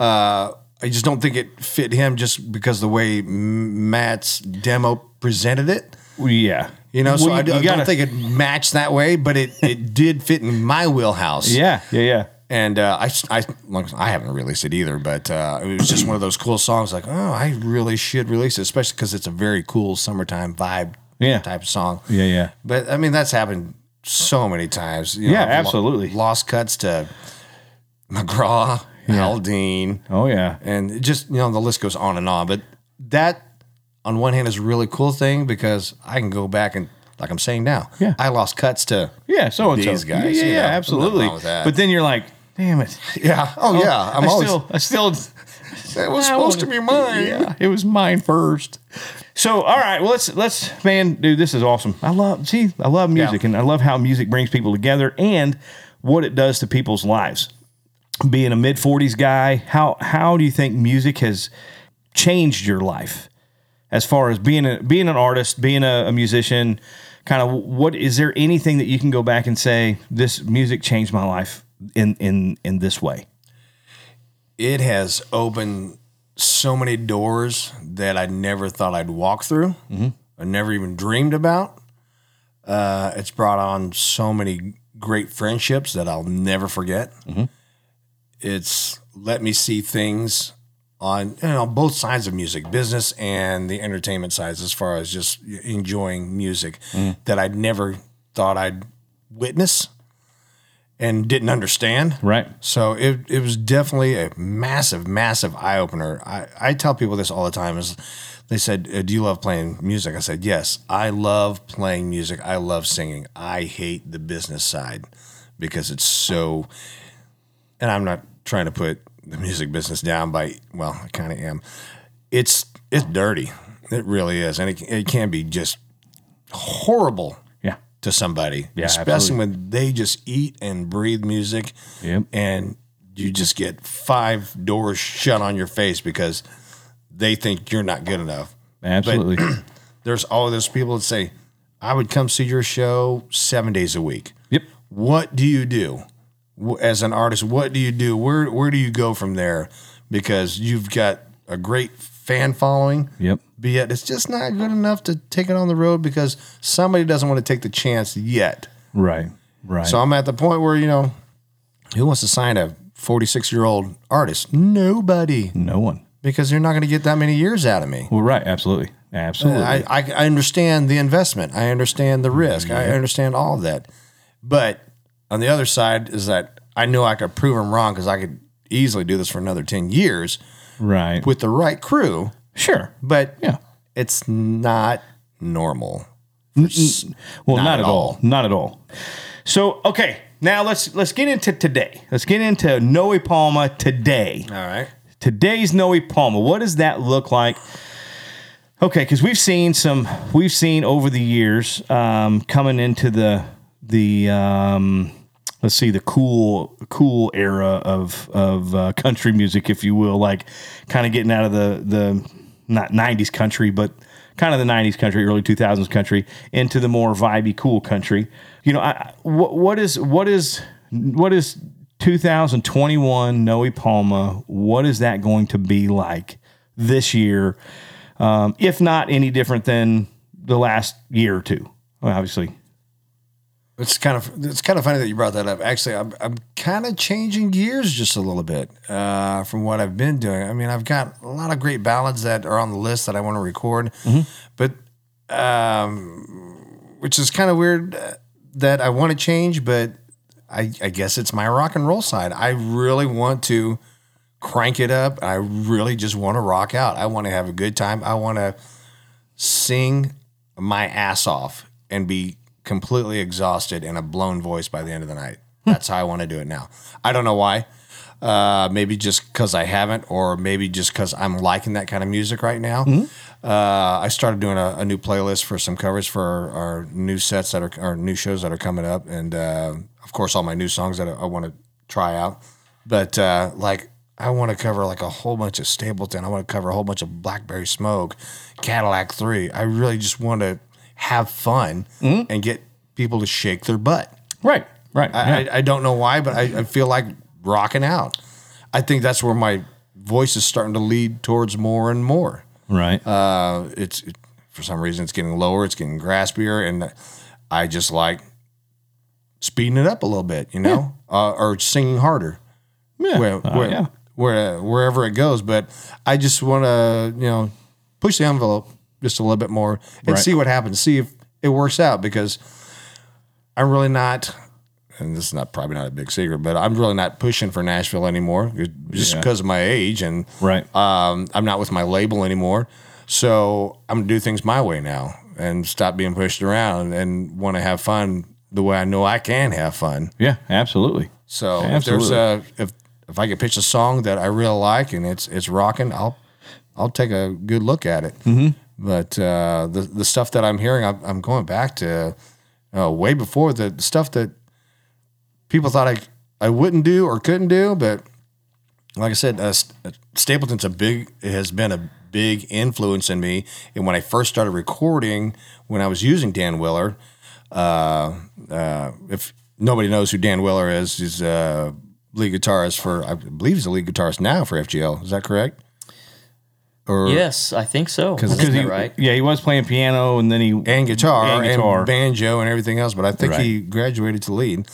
D: Uh, I just don't think it fit him, just because the way M- Matt's demo presented it.
B: Yeah.
D: You know, so
B: Well,
D: I,
B: you
D: d- I
B: gotta-
D: don't think it matched that way, but it, it did fit in my wheelhouse.
B: Yeah. Yeah. Yeah.
D: And uh, I, s- I, like, I haven't released it either, but uh, it was just one of those cool songs like, oh, I really should release it, especially because it's a very cool summertime vibe
B: Yeah.
D: type of song.
B: Yeah. Yeah.
D: But I mean, that's happened so many times. you
B: Yeah,
D: I've lo-
B: absolutely.
D: lost cuts to McGraw, Haldane,
B: Oh yeah.
D: and it just you know the list goes on and on. But that, on one hand, is a really cool thing because I can go back and, like I'm saying now,
B: Yeah.
D: I lost cuts to
B: Yeah. So and so.
D: These guys,
B: Yeah. Yeah.
D: you
B: yeah,
D: know, nothing
B: absolutely.
D: wrong with that.
B: But then you're like, damn it.
D: yeah, oh, yeah, I'm
B: I
D: always
B: still. I still.
D: it was
B: I
D: supposed to
B: wanna-
D: be mine.
B: Yeah. It was mine first. So all right. Well, let's let's man, dude. This is awesome. I love. See, I love music,
D: Yeah.
B: and I love how music brings people together and what it does to people's lives. Being a mid forties guy, how how do you think music has changed your life? as far as being a, being an artist, being a, a musician, kind of what is there anything that you can go back and say this music changed my life in in in this way?
D: It has opened so many doors that I never thought I'd walk through. I never even dreamed about. Uh, it's brought on so many great friendships that I'll never forget. It's let me see things on you know, both sides of music, business and the entertainment sides, as far as just enjoying music that I'd never thought I'd witness and didn't understand.
B: Right.
D: So it, it was definitely a massive, massive eye opener. I, I tell people this all the time is they said, uh, Do you love playing music? I said, Yes, I love playing music. I love singing. I hate the business side because it's so, and I'm not trying to put the music business down by, well, I kind of am. It's, it's dirty. It really is. And it, it can be just horrible
B: Yeah.
D: to somebody,
B: Yeah,
D: especially
B: absolutely.
D: when they just eat and breathe music,
B: Yep.
D: and you just get five doors shut on your face because they think you're not good enough.
B: Absolutely.
D: There's all those people that say, "I would come see your show seven days a week."
B: yep.
D: What do you do Wh- as an artist? What do you do? Where where do you go from there? Because you've got a great fan following
B: Yep.
D: but yet it's just not good enough to take it on the road because somebody doesn't want to take the chance yet.
B: Right. Right.
D: So I'm at the point where you know, who wants to sign a 46 year old artist? Nobody,
B: no one.
D: because you're not going to get that many years out of me.
B: Well, right. Absolutely. Absolutely.
D: I, I, I understand the investment. I understand the risk. I understand all of that. But on the other side is that I know I could prove them wrong because I could easily do this for another 10 years
B: right.
D: with the right crew.
B: sure.
D: But
B: Yeah.
D: it's not normal.
B: Well, not,
D: at
B: at all.
D: all.
B: Not at all. So okay, now let's let's get into today. Let's get into Noe Palma today.
D: All right.
B: today's Noe Palma. What does that look like? Okay, because we've seen some, we've seen over the years um, coming into the the um, let's see the cool cool era of of uh, country music, if you will, like kind of getting out of the the not '90s country, but kind of the '90s country, early 2000s country, into the more vibey, cool country. You know, I, I- what what is what is what is 2021 Noe Palma? What is that going to be like this year? um, if not any different than the last year or two. Well, obviously,
D: It's kind of it's kind of funny that you brought that up. Actually, I'm I'm kind of changing gears just a little bit uh, from what I've been doing. I mean, I've got a lot of great ballads that are on the list that I want to record, but um, which is kind of weird uh, that I want to change. But I, I guess it's my rock and roll side. I really want to crank it up. I really just want to rock out. I want to have a good time. I want to sing my ass off and be completely exhausted in a blown voice by the end of the night. That's how I want to do it now. I don't know why. Uh, maybe just because I haven't, or maybe just because I'm liking that kind of music right now. Uh, I started doing a, a new playlist for some covers for our, our new sets that are our new shows that are coming up, and uh, of course all my new songs that I, I want to try out. But uh, like I want to cover like a whole bunch of Stapleton. I want to cover a whole bunch of Blackberry Smoke, Cadillac Three. I really just want to have fun and get people to shake their butt.
B: Right. Right. yeah.
D: I, I, I don't know why, but I, I feel like rocking out. I think that's where my voice is starting to lead towards more and more.
B: right.
D: Uh, it's it, for some reason it's getting lower, it's getting graspier, and I just like speeding it up a little bit, you know, uh, or singing harder
B: yeah.
D: where,
B: Uh,
D: where,
B: yeah.
D: where wherever it goes. But I just want to, you know, push the envelope just a little bit more and
B: Right.
D: see what happens, see if it works out because I'm really not. And this is not probably not a big secret, but I'm really not pushing for Nashville anymore just because of my age and
B: Right.
D: um, I'm not with my label anymore. So I'm gonna do things my way now and stop being pushed around and want to have fun the way I know I can have fun.
B: yeah. Absolutely.
D: So if there's a if if I could pitch a song that I really like and it's it's rocking, I'll I'll take a good look at it. Mm-hmm. But uh, the the stuff that I'm hearing, I'm, I'm going back to uh, way before the stuff that people thought I I wouldn't do or couldn't do. But like I said, uh, St- Stapleton's a big it has been a big influence in me. And when I first started recording, when I was using Dan Willard, if nobody knows who Dan Weller is, he's a lead guitarist for, I believe he's a lead guitarist now for FGL. Is that correct? Or
C: Yes, I think so. Because
B: Because he,
C: right?
B: yeah, he was playing piano, and then he
D: and guitar
B: And
D: and,
B: guitar.
D: banjo and everything else, but I think he graduated to lead.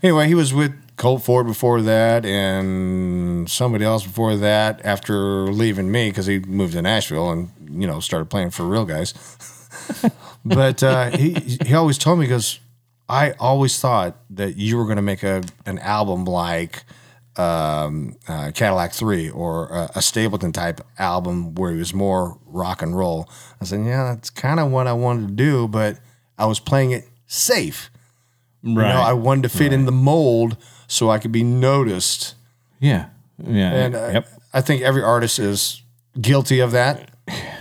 D: Anyway, he was with Colt Ford before that and somebody else before that after leaving me because he moved to Nashville and, you know, started playing for real guys. but uh, he, he always told me, because I always thought that you were going to make a an album like um, uh, Cadillac Three or a, a Stapleton type album where he was more rock and roll. I said, yeah, that's kind of what I wanted to do, but I was playing it safe. You know, I wanted to fit in the mold so I could be noticed.
B: yeah, yeah,
D: And uh, I think every artist is guilty of that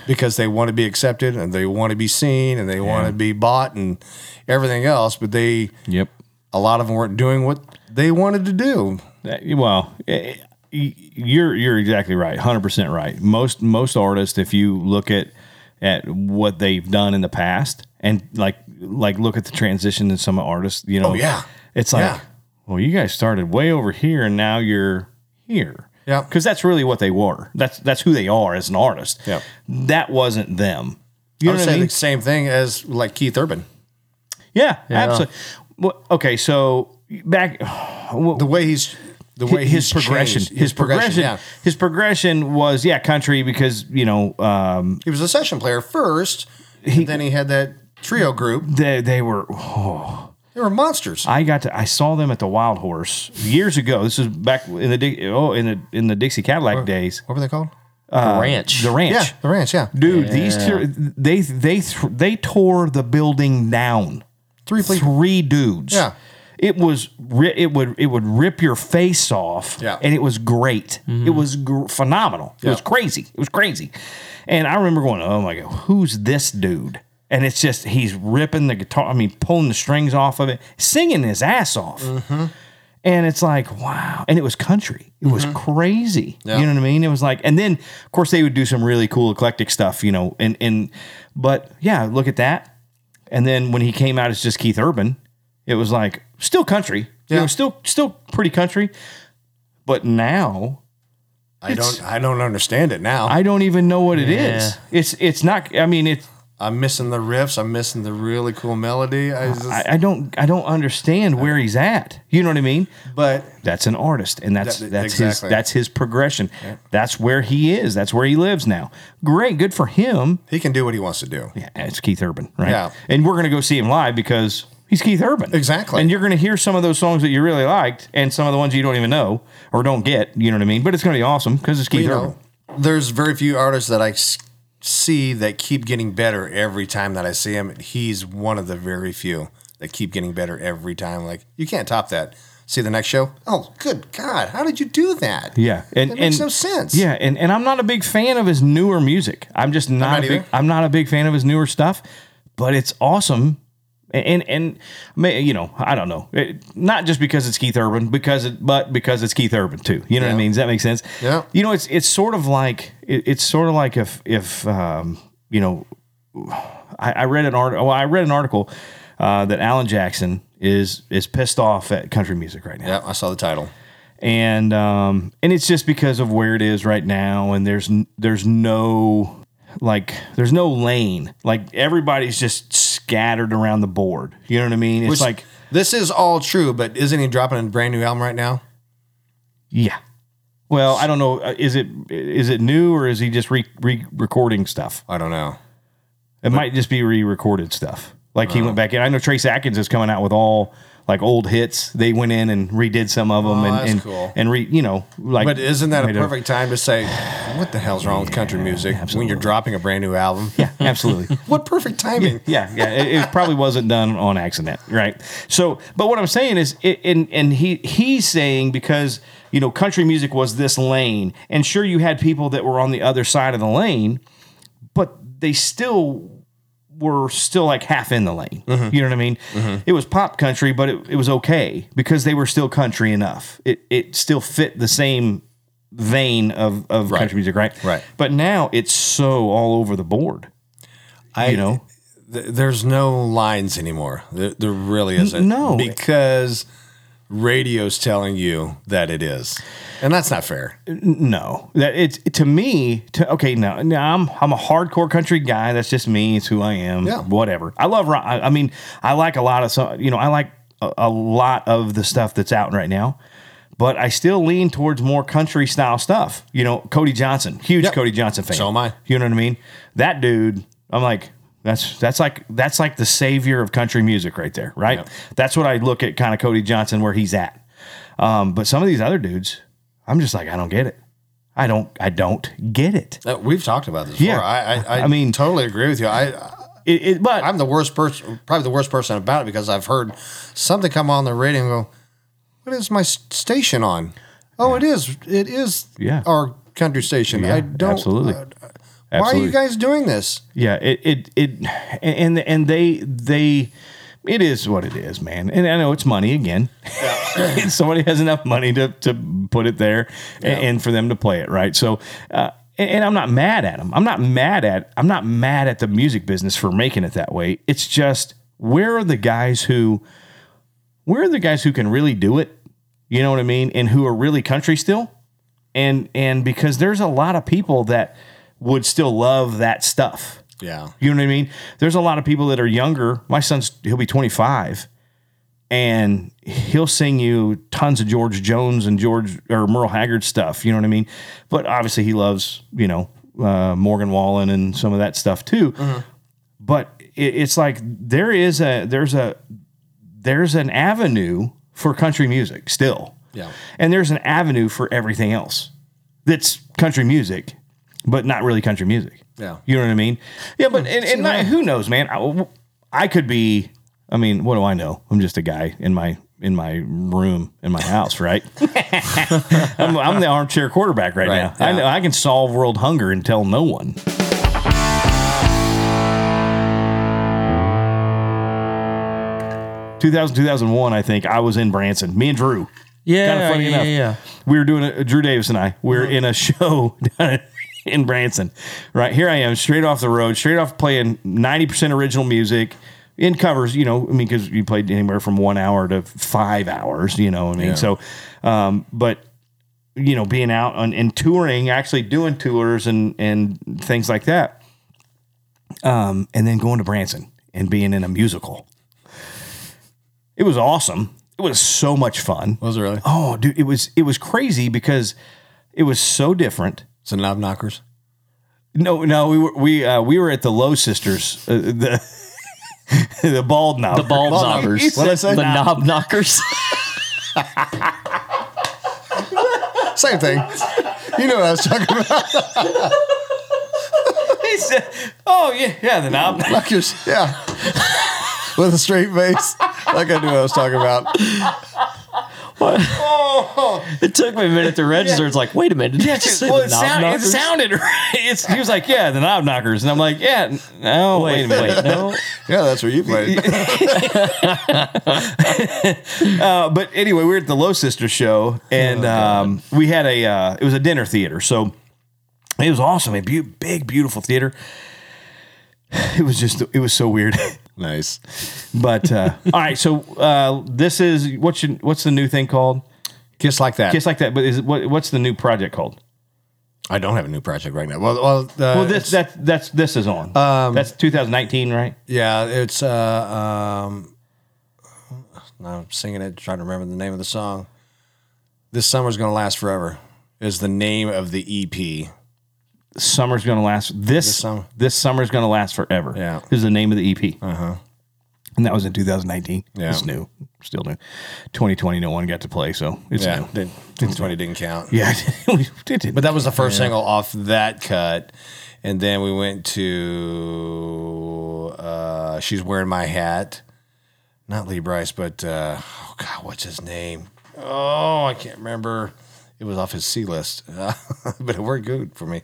D: because they want to be accepted and they want to be seen and they want to be bought and everything else, but they
B: yep.
D: a lot of them weren't doing what they wanted to do.
B: That- well, eh, eh, you're you're exactly right, hundred percent right. Most most artists, if you look at at what they've done in the past, and like like look at the transition in some artists, you know,
D: Oh, yeah.
B: it's like,
D: Yeah.
B: well, you guys started way over here, and now you're here,
D: Yeah.
B: because that's really what they were. That's that's who they are as an artist.
D: Yeah.
B: that wasn't them. You
D: You
B: know
D: would
B: what
D: say
B: I mean?
D: the same thing as like Keith Urban.
B: Yeah, absolutely. Well, okay, so back
D: The way he's the way
B: his
D: he's
B: progression,
D: changed.
B: his, progression, his progression was yeah, country because you know um,
D: Yeah. He was a session player first, and then he had that trio group.
B: they they were. oh,
D: They were monsters.
B: I got to I saw them at the Wild Horse years ago. This is back in the Di- oh in the in the Dixie Cadillac days.
D: what were they called?
C: the ranch.
B: The ranch,
D: Yeah, the ranch, yeah.
B: dude. These two, they they th- they tore the building down.
D: Three people.
B: three dudes.
D: Yeah.
B: It was ri- it would it would rip your face off,
D: Yeah. Mm-hmm.
B: and it was great. It was gr- phenomenal. It was
D: Yeah.
B: crazy. It was crazy, and I remember going, "Oh my god, who's this dude?" And it's just he's ripping the guitar. I mean, pulling the strings off of it, singing his ass off,
D: Mm-hmm.
B: and it's like wow. And it was country. It
D: Mm-hmm.
B: was crazy. You know what I mean? It was like, and then of course they would do some really cool eclectic stuff, you know. And and but yeah, look at that. And then when he came out as just Keith Urban, it was like still country. You
D: Yeah.
B: know, still still pretty country. But now
D: I don't I don't understand it now. I,
B: I don't even know what it
C: Yeah.
B: is. It's it's not I mean it's
D: am missing the riffs. I'm missing the really cool melody. I just,
B: I, I don't I don't understand where he's at. You know what I mean?
D: but
B: That's an artist and that's
D: That-
B: that's
D: exactly.
B: his that's his progression. That's where he is. That's where he lives now. Great, good for him.
D: he can do what he wants to do.
B: Yeah, it's Keith Urban, right?
D: Yeah.
B: And we're gonna go see him live because he's Keith Urban.
D: Exactly.
B: And you're gonna hear some of those songs that you really liked and some of the ones you don't even know or don't get, you know what I mean? But it's gonna be awesome because it's Keith
D: You
B: Urban.
D: know, there's very few artists that I s- see that keep getting better every time that I see him. He's one of the very few that keep getting better every time. Like you can't top that. See the next show. Oh, good God! How did you do that?
B: Yeah, and
D: it makes
B: and-
D: no sense.
B: Yeah, and, and I'm not a big fan of his newer music. I'm just not.
D: not
B: a big,
D: either.
B: I'm not a big fan of his newer stuff, but it's awesome. And and, and ma- you know, I don't know, It- not just because it's Keith Urban, because it, but because it's Keith Urban too. You know what I
D: Yeah.
B: mean? Does that make sense?
D: Yeah.
B: You know, it's it's sort of like it, it's sort of like if if um, you know, I, I read an article. Well, I read an article uh, that Alan Jackson is is pissed off at country music right now
D: Yeah, I saw the title.
B: and um, and it's just because of where it is right now, and there's n- there's no like there's no lane, like everybody's just scattered around the board. You know what I mean? It's
D: Which,
B: like
D: this is all true, but isn't he dropping a brand new album right now?
B: yeah. Well, I don't know. uh, Is it is it new or is he just re re recording stuff?
D: I don't know.
B: It might just be re recorded stuff. Like
D: Oh.
B: he went back in. I know Trace Atkins is coming out with all like old hits. They went in and redid some of them, and
D: Oh, that's
B: and,
D: cool.
B: and re you know like.
D: But isn't that a
B: made
D: perfect time to say, what the hell's wrong with country music when you're dropping a brand new album?
B: Yeah, absolutely.
D: What perfect timing.
B: yeah, yeah. It, it probably wasn't done on accident, right? So, but what I'm saying is, it, and and he he's saying because you know country music was this lane, and sure you had people that were on the other side of the lane, but they still were still like half in the lane.
D: Mm-hmm.
B: You know what I mean? It was pop country, but it, it was okay because they were still country enough. It it still fit the same vein of, of country music, right?
D: Right.
B: But now it's so all over the board.
D: I,
B: You know?
D: th- there's no lines anymore. There, there really isn't.
B: no.
D: Because radio's telling you that it is. And that's not fair.
B: No, that it's to me. To, okay, no, no, I'm I'm a hardcore country guy. That's just me. It's who I am.
D: Yeah.
B: whatever. I love. rock. I I mean, I like a lot of so. You know, I like a, a lot of the stuff that's out right now. But I still lean towards more country style stuff. You know, Cody Johnson, huge
D: Yep.
B: Cody Johnson fan.
D: So am I.
B: You know what I mean? That dude, I'm like, that's that's like that's like the savior of country music right there, right?
D: Yep.
B: That's what I look at kind of Cody Johnson where he's at. Um, but some of these other dudes, I'm just like, I don't get it. I don't I don't get it.
D: Uh, We've talked about this
B: Yeah.
D: before. I, I, I,
B: I mean-
D: totally agree with you. I,
B: It, it but
D: I'm the worst person, probably the worst person about it because I've heard something come on the radio and go, "What is my s- station on?" Oh, it is. It is.
B: Yeah.
D: Our country station. I don't.
B: absolutely.
D: uh, why are
B: Absolutely.
D: you guys doing this?
B: yeah, it it it and and they they it is what it is, man. And I know it's money again. And somebody has enough money to to put it there and, and for them to play it, right? So uh and, and I'm not mad at them. I'm not mad at I'm not mad at the music business for making it that way. It's just where are the guys who where are the guys who can really do it? You know what I mean? And who are really country still? And and because there's a lot of people that would still love that stuff.
D: Yeah.
B: You know what I mean? There's a lot of people that are younger. My son's he'll be 25 and he'll sing you tons of George Jones and George or Merle Haggard stuff, you know what I mean? But obviously he loves, you know, uh, Morgan Wallen and some of that stuff too. But it, it's like there is a there's a there's an avenue for country music still.
D: Yeah.
B: And there's an avenue for everything else that's country music, but not really country music.
D: Yeah. Hmm.
B: You know what I mean? Yeah, but and, and not, who knows, man? I, I could be. I mean, what do I know? I'm just a guy in my in my room in my house, right? I'm, I'm the armchair quarterback right,
D: Right,
B: now. I
D: yeah.
B: know I can solve world hunger and tell no one. Two thousand, two thousand one. I think I was in Branson. Me and Drew.
C: Yeah,
B: Kinda funny
C: yeah,
B: enough.
C: yeah. Mm-hmm.
B: We were doing a, Drew Davis and I. We were in a show down in Branson. Right here, I am straight off the road, straight off playing ninety percent original music in covers. You know, I mean, because you played anywhere from one hour to five hours. You know, what I mean,
D: Yeah.
B: so, um, but you know, being out on, and touring, actually doing tours and and things like that, um, and then going to Branson and being in a musical. It was awesome. It was so much fun.
D: Was it really?
B: Oh, dude, it was it was crazy because it was so different.
D: So knob knockers.
B: No, no, we were we uh, we were at the Low Sisters, uh, the the bald knob,
C: The bald knockers.
B: What I
D: say?
C: The knob knockers.
D: Same thing. you know what I was talking about?
B: He said, "Oh yeah, yeah, the knob."
D: Knockers. Yeah. With a straight face, like I knew what I was talking about.
C: It took me a minute to register. It's like, wait a minute. Did I just say
B: well,
C: the
B: it,
C: knock
B: sound, it
C: knockers?
B: sounded. It's, he was like, "Yeah, the knob knockers," and I'm like, "Yeah, n- no,
C: Oh,
B: wait, a minute, no."
E: Yeah, that's where you played.
B: Uh, but anyway, we were at the Low Sister show, and um, we had a. Uh, it was a dinner theater, so it was awesome. A beau- big, beautiful theater. It was just. It was so weird.
E: nice.
B: But uh, all right, so uh, this is what's your, what's the new thing called?
D: Kiss like that.
B: Kiss like that. But is it, what, what's the new project called?
D: I don't have a new project right now. Well, well, uh,
B: Well, this that's that's this is on. Um, that's 2019, right?
D: yeah, it's uh, um, now I'm singing it, trying to remember the name of the song. This summer's gonna last forever is the name of the E EP.
B: Summer's gonna last. This this,
D: summer.
B: summer's gonna last forever.
D: Yeah. Uh-huh.
B: is the name of the EP. Uh huh. And that was in 2019.
D: Yeah.
B: it's new, still new. 2020, no one got to play, so it's
D: Yeah,
B: new.
D: didn't- 2020 didn't count.
B: Yeah, we did.
D: But that was the first single off that cut. And then we went to uh, She's Wearing My Hat. Not Lee Bryce, but uh, oh God, what's his name? Oh, I can't remember. It was off his C list, but it worked good for me.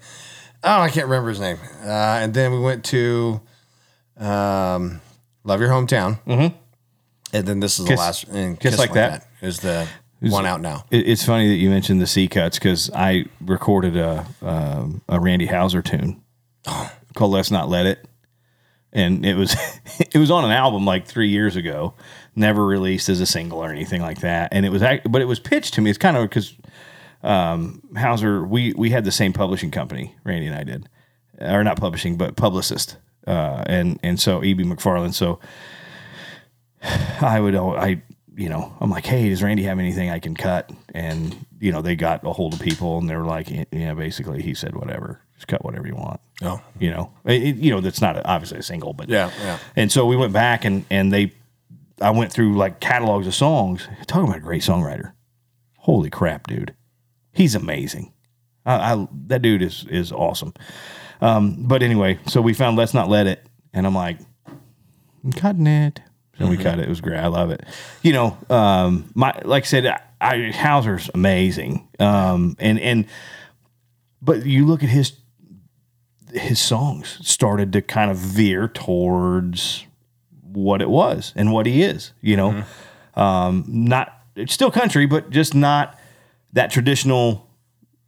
D: Oh, I can't remember his name. Uh, and then we went to um, Love Your Hometown. Mm-hmm. And then this is
B: Kiss-
D: the last. And
B: Kiss Like That.
D: that is the one out now.
B: It- It's funny that you mentioned the C cuts because I recorded a um, a Randy Hauser tune called "Let's Not Let It," and it was it was on an album like three years ago, never released as a single or anything like that. And it was act- but it was pitched to me. It's kind of because um, Hauser we we had the same publishing company, Randy and I did, or not publishing but publicist, uh, and and so E.B. McFarland. So I would, al- I, you know, I'm like, hey, does Randy have anything I can cut? And you know, they got a hold of people, and they were like, yeah, basically, he said whatever, just cut whatever you want.
D: Oh.
B: you know, It- it- you know, that's not a, obviously a single, but
D: Yeah, yeah.
B: And so we went back, and and they, I went through like catalogs of songs. Talking about a great songwriter, holy crap, dude, he's amazing. I, I that dude is is awesome. Um, but anyway, so we found let's not let it, and I'm like, I'm cutting it. So we cut it. It was great. I love it. You know, um, my like I said, I, I Hauser's amazing. Um, and and but you look at his his songs started to kind of veer towards what it was and what he is. You know, um, not it's still country, but just not that traditional.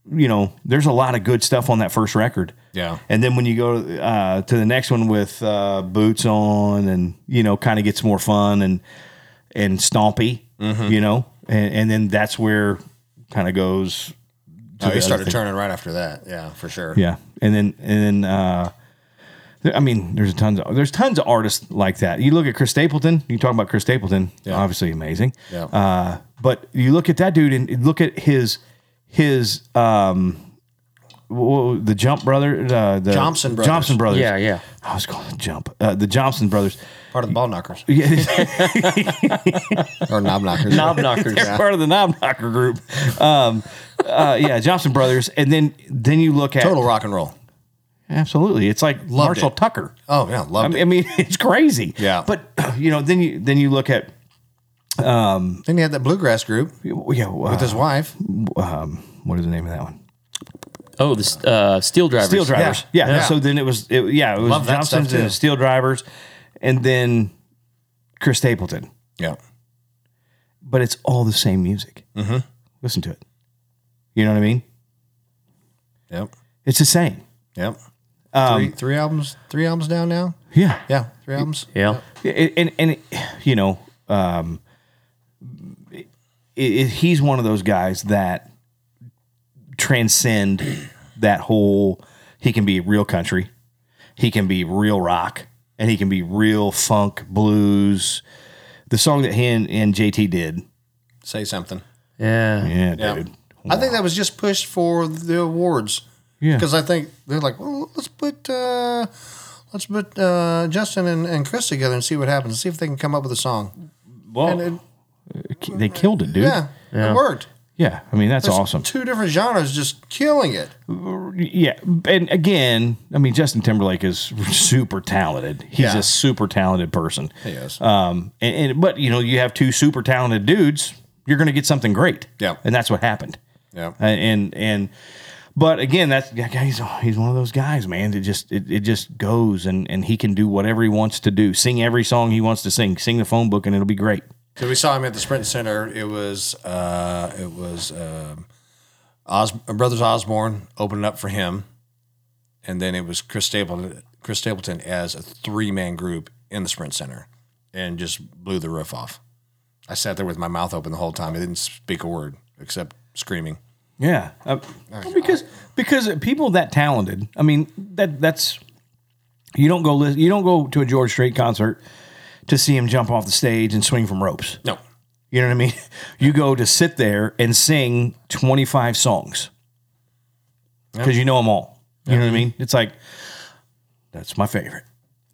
B: You know, there's a lot of good stuff on that first record.
D: Yeah.
B: And then when you go uh, to the next one with uh, boots on, and you know, kind of gets more fun and and stompy, you know, and, and then that's where kind of goes.
D: Oh,
B: the
D: he
B: other
D: started
B: thing.
D: turning right after that. Yeah, for sure.
B: Yeah, and then and then uh, there- I mean, there's tons of there's tons of artists like that. You look at Chris Stapleton. You talk about Chris Stapleton, obviously amazing.
D: Yeah.
B: Uh, but you look at that dude and look at his his um, wh- wh- the Jump brother, uh, the
D: Johnson Brothers.
B: Johnson brothers.
C: Yeah, yeah.
B: I was calling it Jump. Uh, the Johnson brothers.
D: Part of the ball knockers
B: Yeah.
D: or knob knockers.
C: Knob knockers.
B: They're part of the Knob Knocker group. Um, uh, yeah, Johnson Brothers, and then then you look at
D: Total rock and roll.
B: absolutely. It's like Marshall
D: it.
B: Tucker.
D: Oh yeah,
B: I
D: love
B: mean,
D: it.
B: I mean, it's crazy.
D: Yeah.
B: But you know, then you then you look at
D: Then he had that bluegrass group
B: yeah, well, uh,
D: with his wife.
B: what is the name of that one?
C: Oh, the s- uh, steel drivers.
B: Steel drivers. Yeah.
D: Yeah.
B: So then it was it, yeah, it was
D: Love that stuff,
B: Johnson's and
D: too.
B: Steel Drivers and then Chris Stapleton.
D: Yeah,
B: But it's all the same music. Mm-hmm. Listen to it. You know what I mean?
D: yep,
B: It's the same.
D: yep.
B: Um,
D: three, three albums, three albums down now.
B: Yeah.
D: Yeah, three albums.
C: Yeah.
B: and and, and you know, um, it, it, he's one of those guys that transcend that whole. He can be real country, he can be real rock, and he can be real funk blues. The song that he and, and JT did,
D: Say something.
C: Yeah.
B: yeah,
D: Yeah.
B: dude.
D: I think that was just pushed for the awards.
B: Yeah.
D: because I think they're like, well, let's put. Uh, Let's put uh, Justin and, and Chris together and see what happens. See if they can come up with a song.
B: Well,
D: And it,
B: they killed it, dude.
D: yeah, it worked.
B: Yeah, I mean that's
D: There's
B: awesome.
D: Two different genres just killing it.
B: yeah, and again, I mean Justin Timberlake is super talented. He's
D: Yeah.
B: a super talented person.
D: Yes.
B: Um, and, and but you know you have two super talented dudes you're going to get something great.
D: Yeah.
B: and that's what happened. Uh,
D: Yeah.
B: and and. and but again, that's that guy- he's he's one of those guys, man. That just it, it just goes and and he can do whatever he wants to do, sing every song he wants to sing, sing the phone book, and it'll be great.
D: So we saw him at the Sprint Center. It was uh, it was um, Os- Brothers Osborne opening up for him, and then it was Chris Stapleton, Chris Stapleton as a three man group in the Sprint Center, and just blew the roof off. I sat there with my mouth open the whole time. I didn't speak a word except screaming.
B: Yeah, uh, because because people that talented, I mean that that's you don't go lis- you don't go to a George Strait concert to see him jump off the stage and swing from ropes.
D: No,
B: You know what I mean? You go to sit there and sing twenty five songs because you know them all. You know what I mean? It's like that's my favorite.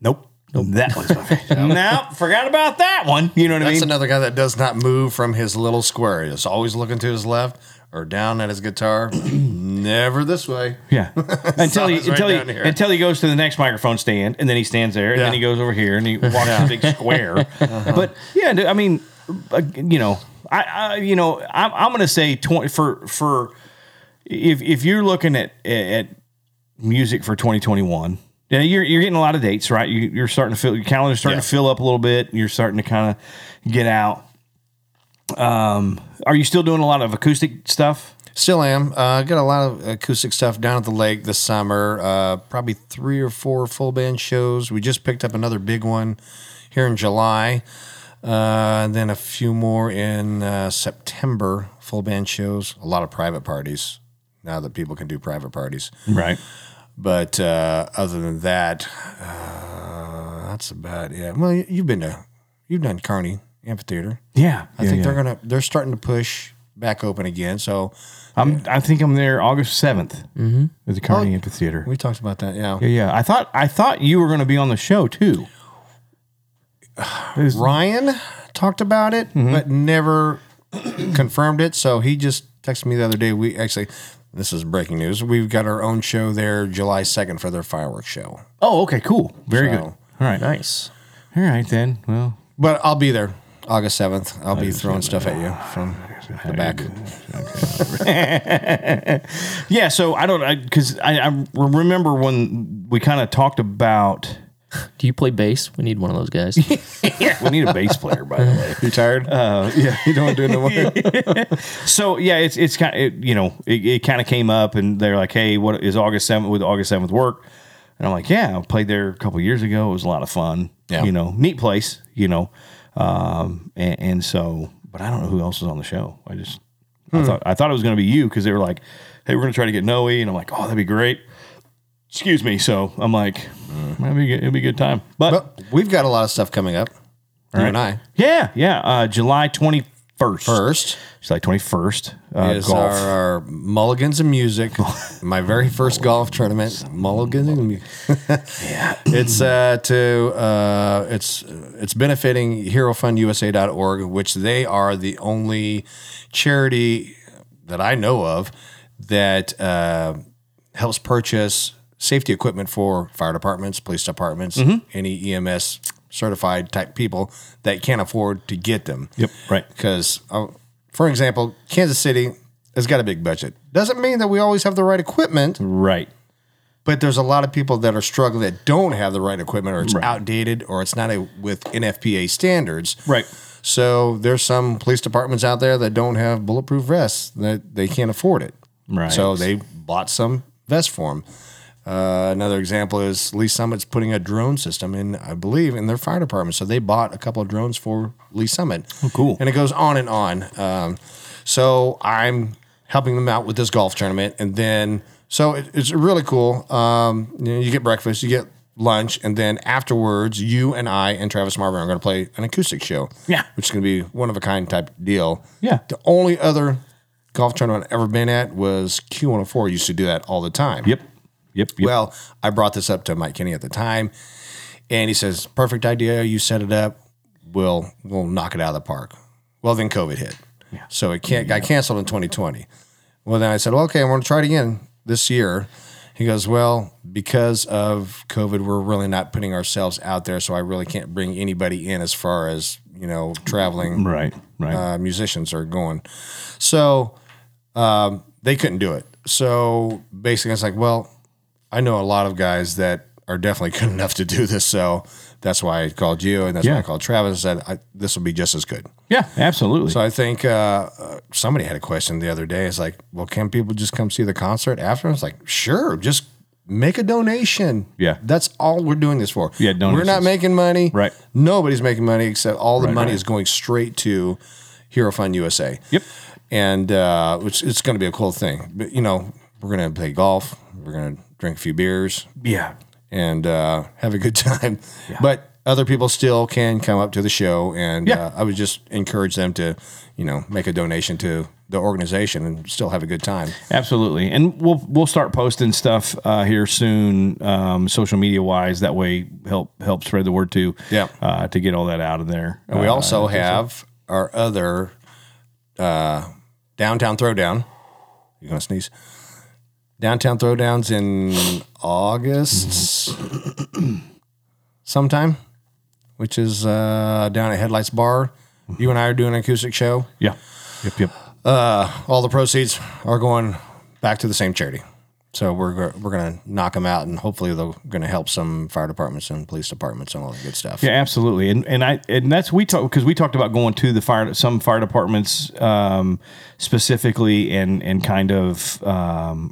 B: Nope. That one's my favorite. nope, forgot about that one. You know what I
D: that's
B: mean?
D: another guy that does not move from his little square. He's always looking to his left or down at his guitar. Never this way.
B: Yeah. Until he
D: Sounds right
B: until
D: down
B: he
D: here.
B: until he goes to the next microphone stand and then he stands there and then
D: Yeah. Uh-huh.
B: he goes over here and he walks a big square. But yeah, dude, I mean, uh, you know, I, I you know, I'm, I'm gonna say twenty for for if if you're looking at at music for 2021. Yeah, you're, you're getting a lot of dates, right? You, you're starting to fill your calendar's starting to fill up a little bit. You're starting to kind of get out. Um, are you still doing a lot of acoustic stuff?
D: Still am. Uh, got a lot of acoustic stuff down at the lake this summer. Uh, probably three or four full band shows. We just picked up another big one here in July, uh, and then a few more in uh, September. Full band shows. A lot of private parties now that people can do private parties.
B: Right.
D: But uh, other than that, uh, that's about it. Well, you- you've been to, you've done Kearney Amphitheater.
B: Yeah.
D: I think they're gonna, they're starting to push back open again. So
B: I'm. I think I'm there August seventh at the Carney Amphitheater.
D: we talked about that. Yeah.
B: yeah, yeah. I thought. I thought you were going to be on the show too.
D: Ryan talked about it, but never confirmed it. So he just texted me the other day. We actually, this is breaking news. We've got our own show there July 2nd for their fireworks show.
B: Oh, okay, cool. Very
D: So-
B: good. All right.
C: Nice.
B: All right then. Well,
D: But I'll be there August 7th. I'll be throwing stuff at you from the back.
B: yeah. So I don't because I, I, remember when we kind of talked about.
C: Do you play bass? We need one of those guys.
B: We need a bass player, by the way.
D: You tired? yeah. You don't want to do no more?
B: So yeah, it's it's kind of it, you know it, it kind of came up and they're like, hey, what is August seventh? Would August seventh work? And I'm like, yeah, I played there a couple years ago. It was a lot of fun.
D: Yeah.
B: you know, neat place. You know, um, and, and so, but I don't know who else is on the show. I just
D: Hmm.
B: I thought I thought it was going to be you because they were like, hey, we're going to try to get Noe, and I'm like, oh, that'd be great. Excuse me. So I'm like,
D: Hmm.
B: it'll be a good, it'll be a good time. But
D: Well, we've got a lot of stuff coming up. You and I.
B: yeah, yeah, uh, July twenty first.
D: First
B: July twenty first. Uh,
D: is
B: golf.
D: Our, our Mulligans and Music, my very first golf tournament. Mulligans and Music. it's uh, to uh, it's it's benefiting HeroFundUSA.org, which they are the only charity that I know of that uh, helps purchase safety equipment for fire departments, police departments,
B: Mm-hmm.
D: any EMS certified type people that can't afford to get them.
B: Yep, right.
D: Because, uh, for example, Kansas City has got a big budget. Doesn't mean that we always have the right equipment,
B: Right.
D: but there's a lot of people that are struggling that don't have the right equipment or it's outdated or it's not a, with NFPA standards.
B: Right.
D: So there's some police departments out there that don't have bulletproof vests that they can't afford it.
B: Right.
D: So they bought some vest for them. Uh, another example is Lee Summit's putting a drone system in, I believe, in their fire department. So they bought a couple of drones for Lee Summit.
B: Oh, cool.
D: And it goes on and on. Um, so I'm helping them out with this golf tournament, and then so it, it's really cool. Um, you, know, you get breakfast, you get lunch, and then afterwards, you and I and Travis Marvin are going to play an acoustic show.
B: Yeah.
D: which is going to be one of a kind type deal.
B: Yeah.
D: The only other golf tournament I've ever been at was Q104. Used to do that all the time.
B: Yep. Yep. yep.
D: Well, I brought this up to Mike Kenny at the time, and he says, "Perfect idea. You set it up. We'll we'll knock it out of the park." Well, then COVID hit, so it can't got canceled in 2020. Well, then I said, well, "Okay, I'm going to try it again this year." He goes, "Well, because of COVID, we're really not putting ourselves out there, so I really can't bring anybody in as far as." you you know, traveling
B: Right, right.
D: uh, musicians are going. So um, they couldn't do it. So basically, I was like, well, I know a lot of guys that are definitely good enough to do this. So that's why I called you, and that's why
B: Yeah.
D: I called Travis. and Said I, this will be just as good.
B: yeah, absolutely.
D: So I think uh, uh, somebody had a question the other day. It's like, well, can people just come see the concert after? I was like, sure, just make a donation.
B: Yeah.
D: that's all we're doing this for.
B: Yeah,
D: we're not
B: donations.
D: making money.
B: Right.
D: nobody's making money except all the money
B: right.
D: is going straight to Hero Fund USA.
B: Yep.
D: and uh, it's it's going to be a cool thing. But you know, we're gonna play golf. We're gonna drink a few beers
B: yeah,
D: and uh, have a good time. But other people still can come up to the show, and
B: Yeah.
D: uh, I would just encourage them to, you know, make a donation to the organization and still have a good time.
B: absolutely. And we'll we'll start posting stuff uh, here soon, um, social media wise. That way, help help spread the word too.
D: Yeah.
B: uh, to get all that out of there.
D: And we
B: Uh,
D: also have our other uh, downtown throwdown. You gonna sneeze? Downtown throwdowns in August, sometime, which is uh, down at Headlights Bar. You and I are doing an acoustic show.
B: yeah, yep, yep.
D: all the proceeds are going back to the same charity. So we're we're gonna knock them out, and hopefully they're gonna help some fire departments and police departments and all that good stuff.
B: Yeah, absolutely, and and I and that's we talk because we talked about going to the fire some fire departments um, specifically and and kind of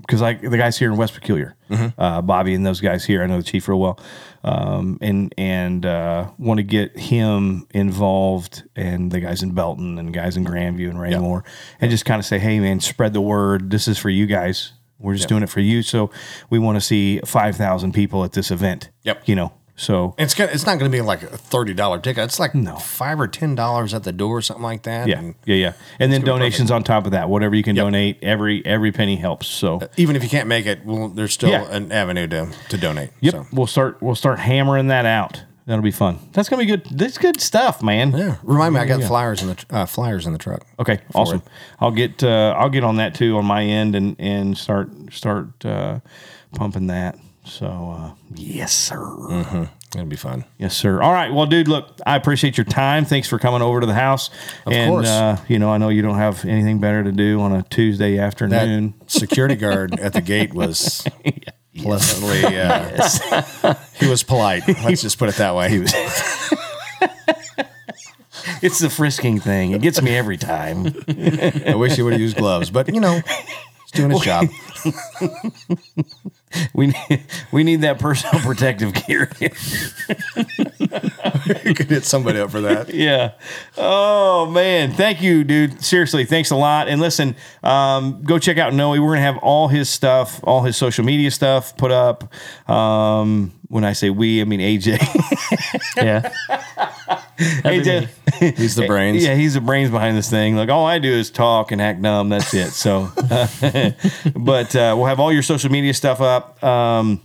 B: because like the guys here in West Peculiar, uh, Bobby and those guys here, I know the chief real well, um, and and uh, want to get him involved and the guys in Belton and guys in Grandview and Raymore and just kind of say, hey man, spread the word. This is for you guys. We're just doing it for you. So we want to see five thousand people at this event.
D: Yep.
B: You know. So
D: It's gonna, it's not gonna be like a thirty dollar ticket. It's like five or ten dollars at the door, something like that.
B: Yeah,
D: And
B: yeah, yeah. And then donations on top of that, whatever you can donate, every every penny helps. So
D: even if you can't make it, well, there's still
B: Yeah.
D: an avenue to to donate.
B: yep,
D: So.
B: we'll start we'll start hammering that out. That'll be fun. That's gonna be good. That's good stuff, man.
D: Yeah. Remind me, I got flyers in the uh, flyers in the truck.
B: Okay, awesome. I'll get uh, I'll get on that too on my end and and start start uh, pumping that. So uh, yes, sir.
D: Mm. It'll be fun.
B: Yes, sir. All right. Well, dude, look, I appreciate your time. Thanks for coming over to the house. Of and,
D: course.
B: Uh, you know, I know you don't have anything better to do on a Tuesday
D: That
B: afternoon.
D: security guard at the gate was pleasantly. Uh, He was polite. Let's just put it that way.
B: it's the frisking thing. It gets me every time.
D: I wish he would have used gloves, but you know, he's doing his job.
B: We need, we need that personal protective gear.
D: You could hit somebody up for that.
B: yeah. Oh man, thank you, dude. Seriously, thanks a lot. And listen, um, go check out Noe. We're gonna have all his stuff, all his social media stuff put up. Um, when I say we, I mean AJ.
C: Yeah. That'd be me.
B: AJ,
D: He's the brains.
B: Eh, yeah, he's the brains behind this thing. Like all I do is talk and act dumb. That's it. So, but uh, we'll have all your social media stuff up. Um,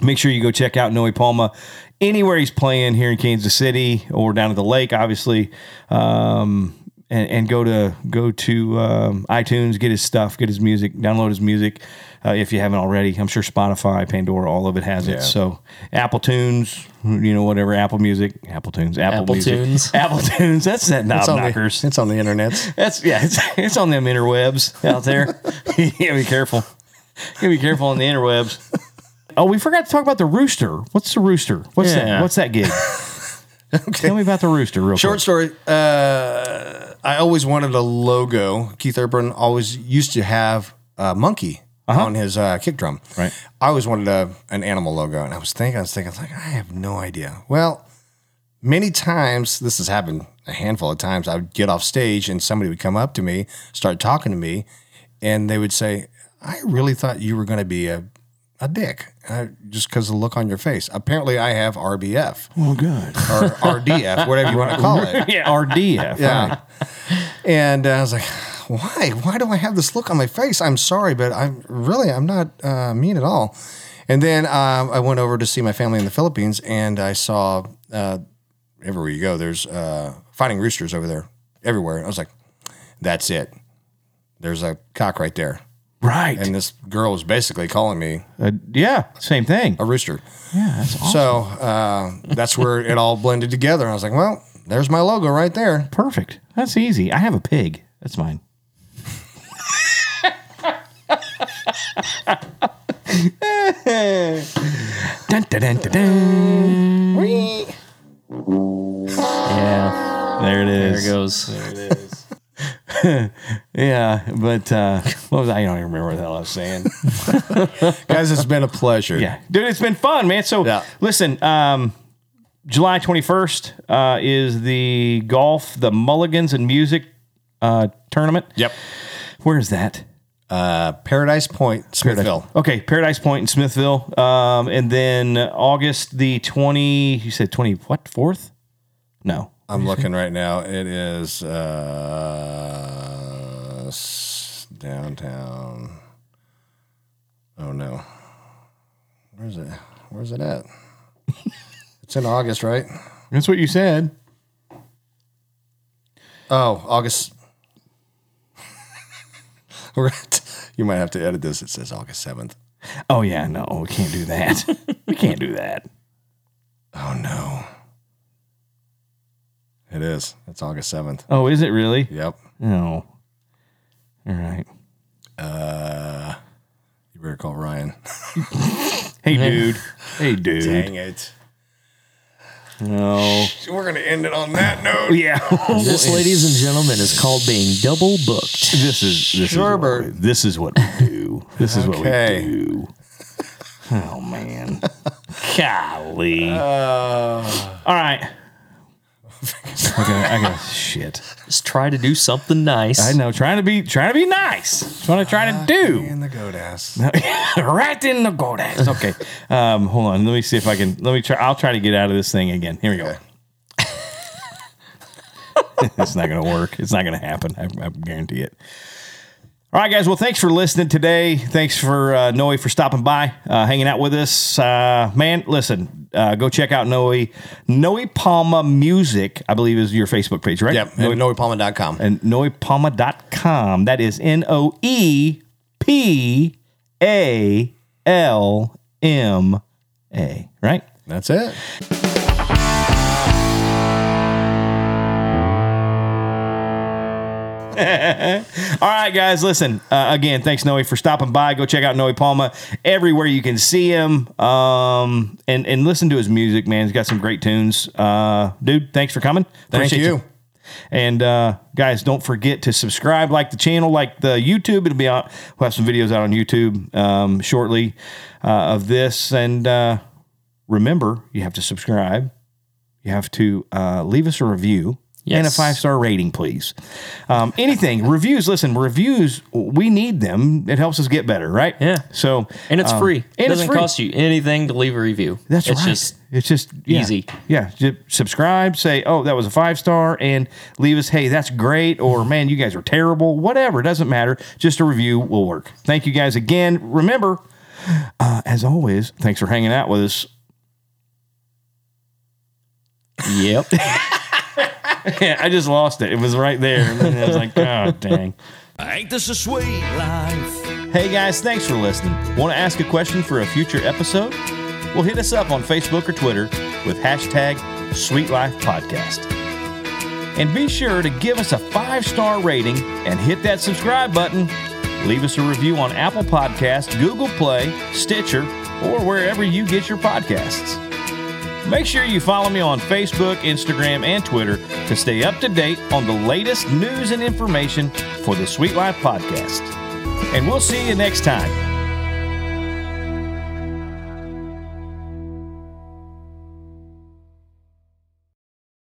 B: make sure you go check out Noe Palma anywhere he's playing here in Kansas City or down at the lake, obviously. Um, and, and go to go to um, iTunes, get his stuff, get his music, download his music uh, if you haven't already. I'm sure Spotify, Pandora, all of it has it. So Apple Tunes, you know, whatever Apple Music, Apple Tunes, Apple,
C: Apple
B: Music,
C: Tunes.
B: Apple Tunes. That's that knob
D: It's on, the,
B: knockers.
D: it's on the internet.
B: That's yeah, it's, it's on them interwebs out there. you gotta be careful. You gotta be careful on the interwebs. Oh, we forgot to talk about the rooster. What's the rooster? What's
C: Yeah.
B: that? What's that gig? Tell me about the rooster, real
D: Short
B: quick.
D: story. Uh, I always wanted a logo. Keith Urban always used to have a monkey on his uh, kick drum.
B: Right.
D: I always wanted a, an animal logo, and I was thinking, I was thinking, I was like, I have no idea. Well, many times this has happened a handful of times. I would get off stage, and somebody would come up to me, start talking to me, and they would say, "I really thought you were going to be a." A dick, uh, just because of the look on your face. Apparently, I have RBF
B: Oh, good.
D: or RDF, whatever you want to call it.
B: Yeah, RDF.
D: Yeah. And uh, I was like, why? Why do I have this look on my face? I'm sorry, but I'm really, I'm not uh, mean at all. And then um, I went over to see my family in the Philippines and I saw uh, everywhere you go, there's uh, fighting roosters over there everywhere. I was like, that's it. There's a cock right there.
B: Right.
D: And this girl was basically calling me
B: Uh, yeah. Same thing.
D: a rooster.
B: Yeah. That's awesome.
D: So uh, that's where it all blended together. And I was like, well, there's my logo right there.
B: Perfect. That's easy. I have a pig. That's mine. Dun, dun, dun, dun, dun.
C: Yeah,
B: There it
C: there
B: is.
C: it goes.
B: Yeah, but uh, what was I? I don't even remember what the hell I was saying.
D: Guys, it's been a pleasure.
B: yeah, dude, it's been fun, man. So
D: Yeah.
B: listen, um, July twenty first uh, is the golf, the Mulligans and Music uh, tournament.
D: Yep.
B: Where is that?
D: Paradise Point, Smithville.
B: Okay, Paradise Point in Smithville, um, and then August the twenty. You said twenty what fourth? No,
D: I'm looking right now. It is uh, s- downtown. Oh no, where's it? Where's it at? it's in August, right?
B: that's what you said.
D: Oh, August. We're at- you might have to edit this. It says August seventh.
B: Oh yeah, no, we can't do that. we can't do that.
D: Oh no, it is. It's August seventh.
B: Oh, is it really?
D: Yep.
B: No. All right.
D: You better call Ryan.
B: Hey, dude. Hey, dude.
D: it.
B: No.
D: We're gonna end it on that note.
B: Yeah.
C: This, ladies and gentlemen, is called being double booked.
B: this is this is what
D: Sherbert.
B: we, this is what we do. This is
D: Okay.
B: what we do. Oh man. Golly.
D: Uh,
B: All right. I got I got shit.
C: Just try to do something nice.
B: I know. Trying to be trying to be nice. That's what I try to do.
D: In the godass.
B: right in the godass. Okay. Um, hold on. Let me see if I can. Let me try. I'll try to get out of this thing again. Here we go. it's not going to work. It's not going to happen. I, I guarantee it. All right, guys. Well, thanks for listening today. Thanks for uh, Noe for stopping by, uh, hanging out with us. Uh, man, listen, uh, go check out Noe. Noe Palma Music, I believe, is your Facebook page, right?
D: Yep. And NoePalma.com.
B: and noepalma.com. That is N O E P A L M A, right?
D: That's it.
B: All right, guys, listen. Uh, again, thanks, Noe, for stopping by. Go check out Noe Palma everywhere you can see him um, and, and listen to his music, man. He's got some great tunes. Uh, dude, thanks for coming.
D: Thank
B: Appreciate
D: you.
B: And uh, guys, don't forget to subscribe, like the channel, like the YouTube. It'll be out. We'll have some videos out on YouTube um, shortly uh, of this. And uh, remember, you have to subscribe. You have to uh, leave us a review and a
C: Yes.
B: five star rating, please. Um, anything reviews. Listen, reviews. We need them. It helps us get better, right?
C: Yeah.
B: So
C: And it's
B: um,
C: free. It
B: And
C: doesn't
B: it's free.
C: cost you anything to leave a review.
B: That's
C: it's
B: right.
C: just
B: it's just yeah.
C: easy.
B: Yeah, just subscribe. Say, oh, that was a five star, and leave us, hey, that's great, or man, you guys are terrible. Whatever, it doesn't matter. Just a review will work. Thank you guys again. Remember, uh, as always, thanks for hanging out with us.
C: yep.
B: I just lost it. It was right there. And then I was like, oh dang.
A: Ain't this a sweet life?
B: Hey guys, thanks for listening. Want to ask a question for a future episode? Well, hit us up on Facebook or Twitter with hashtag SweetLifePodcast. And be sure to give us a five star rating and hit that subscribe button. Leave us a review on Apple Podcasts, Google Play, Stitcher, or wherever you get your podcasts. Make sure you follow me on Facebook, Instagram, and Twitter to stay up to date on the latest news and information for the Sweet Life Podcast. And we'll see you next time.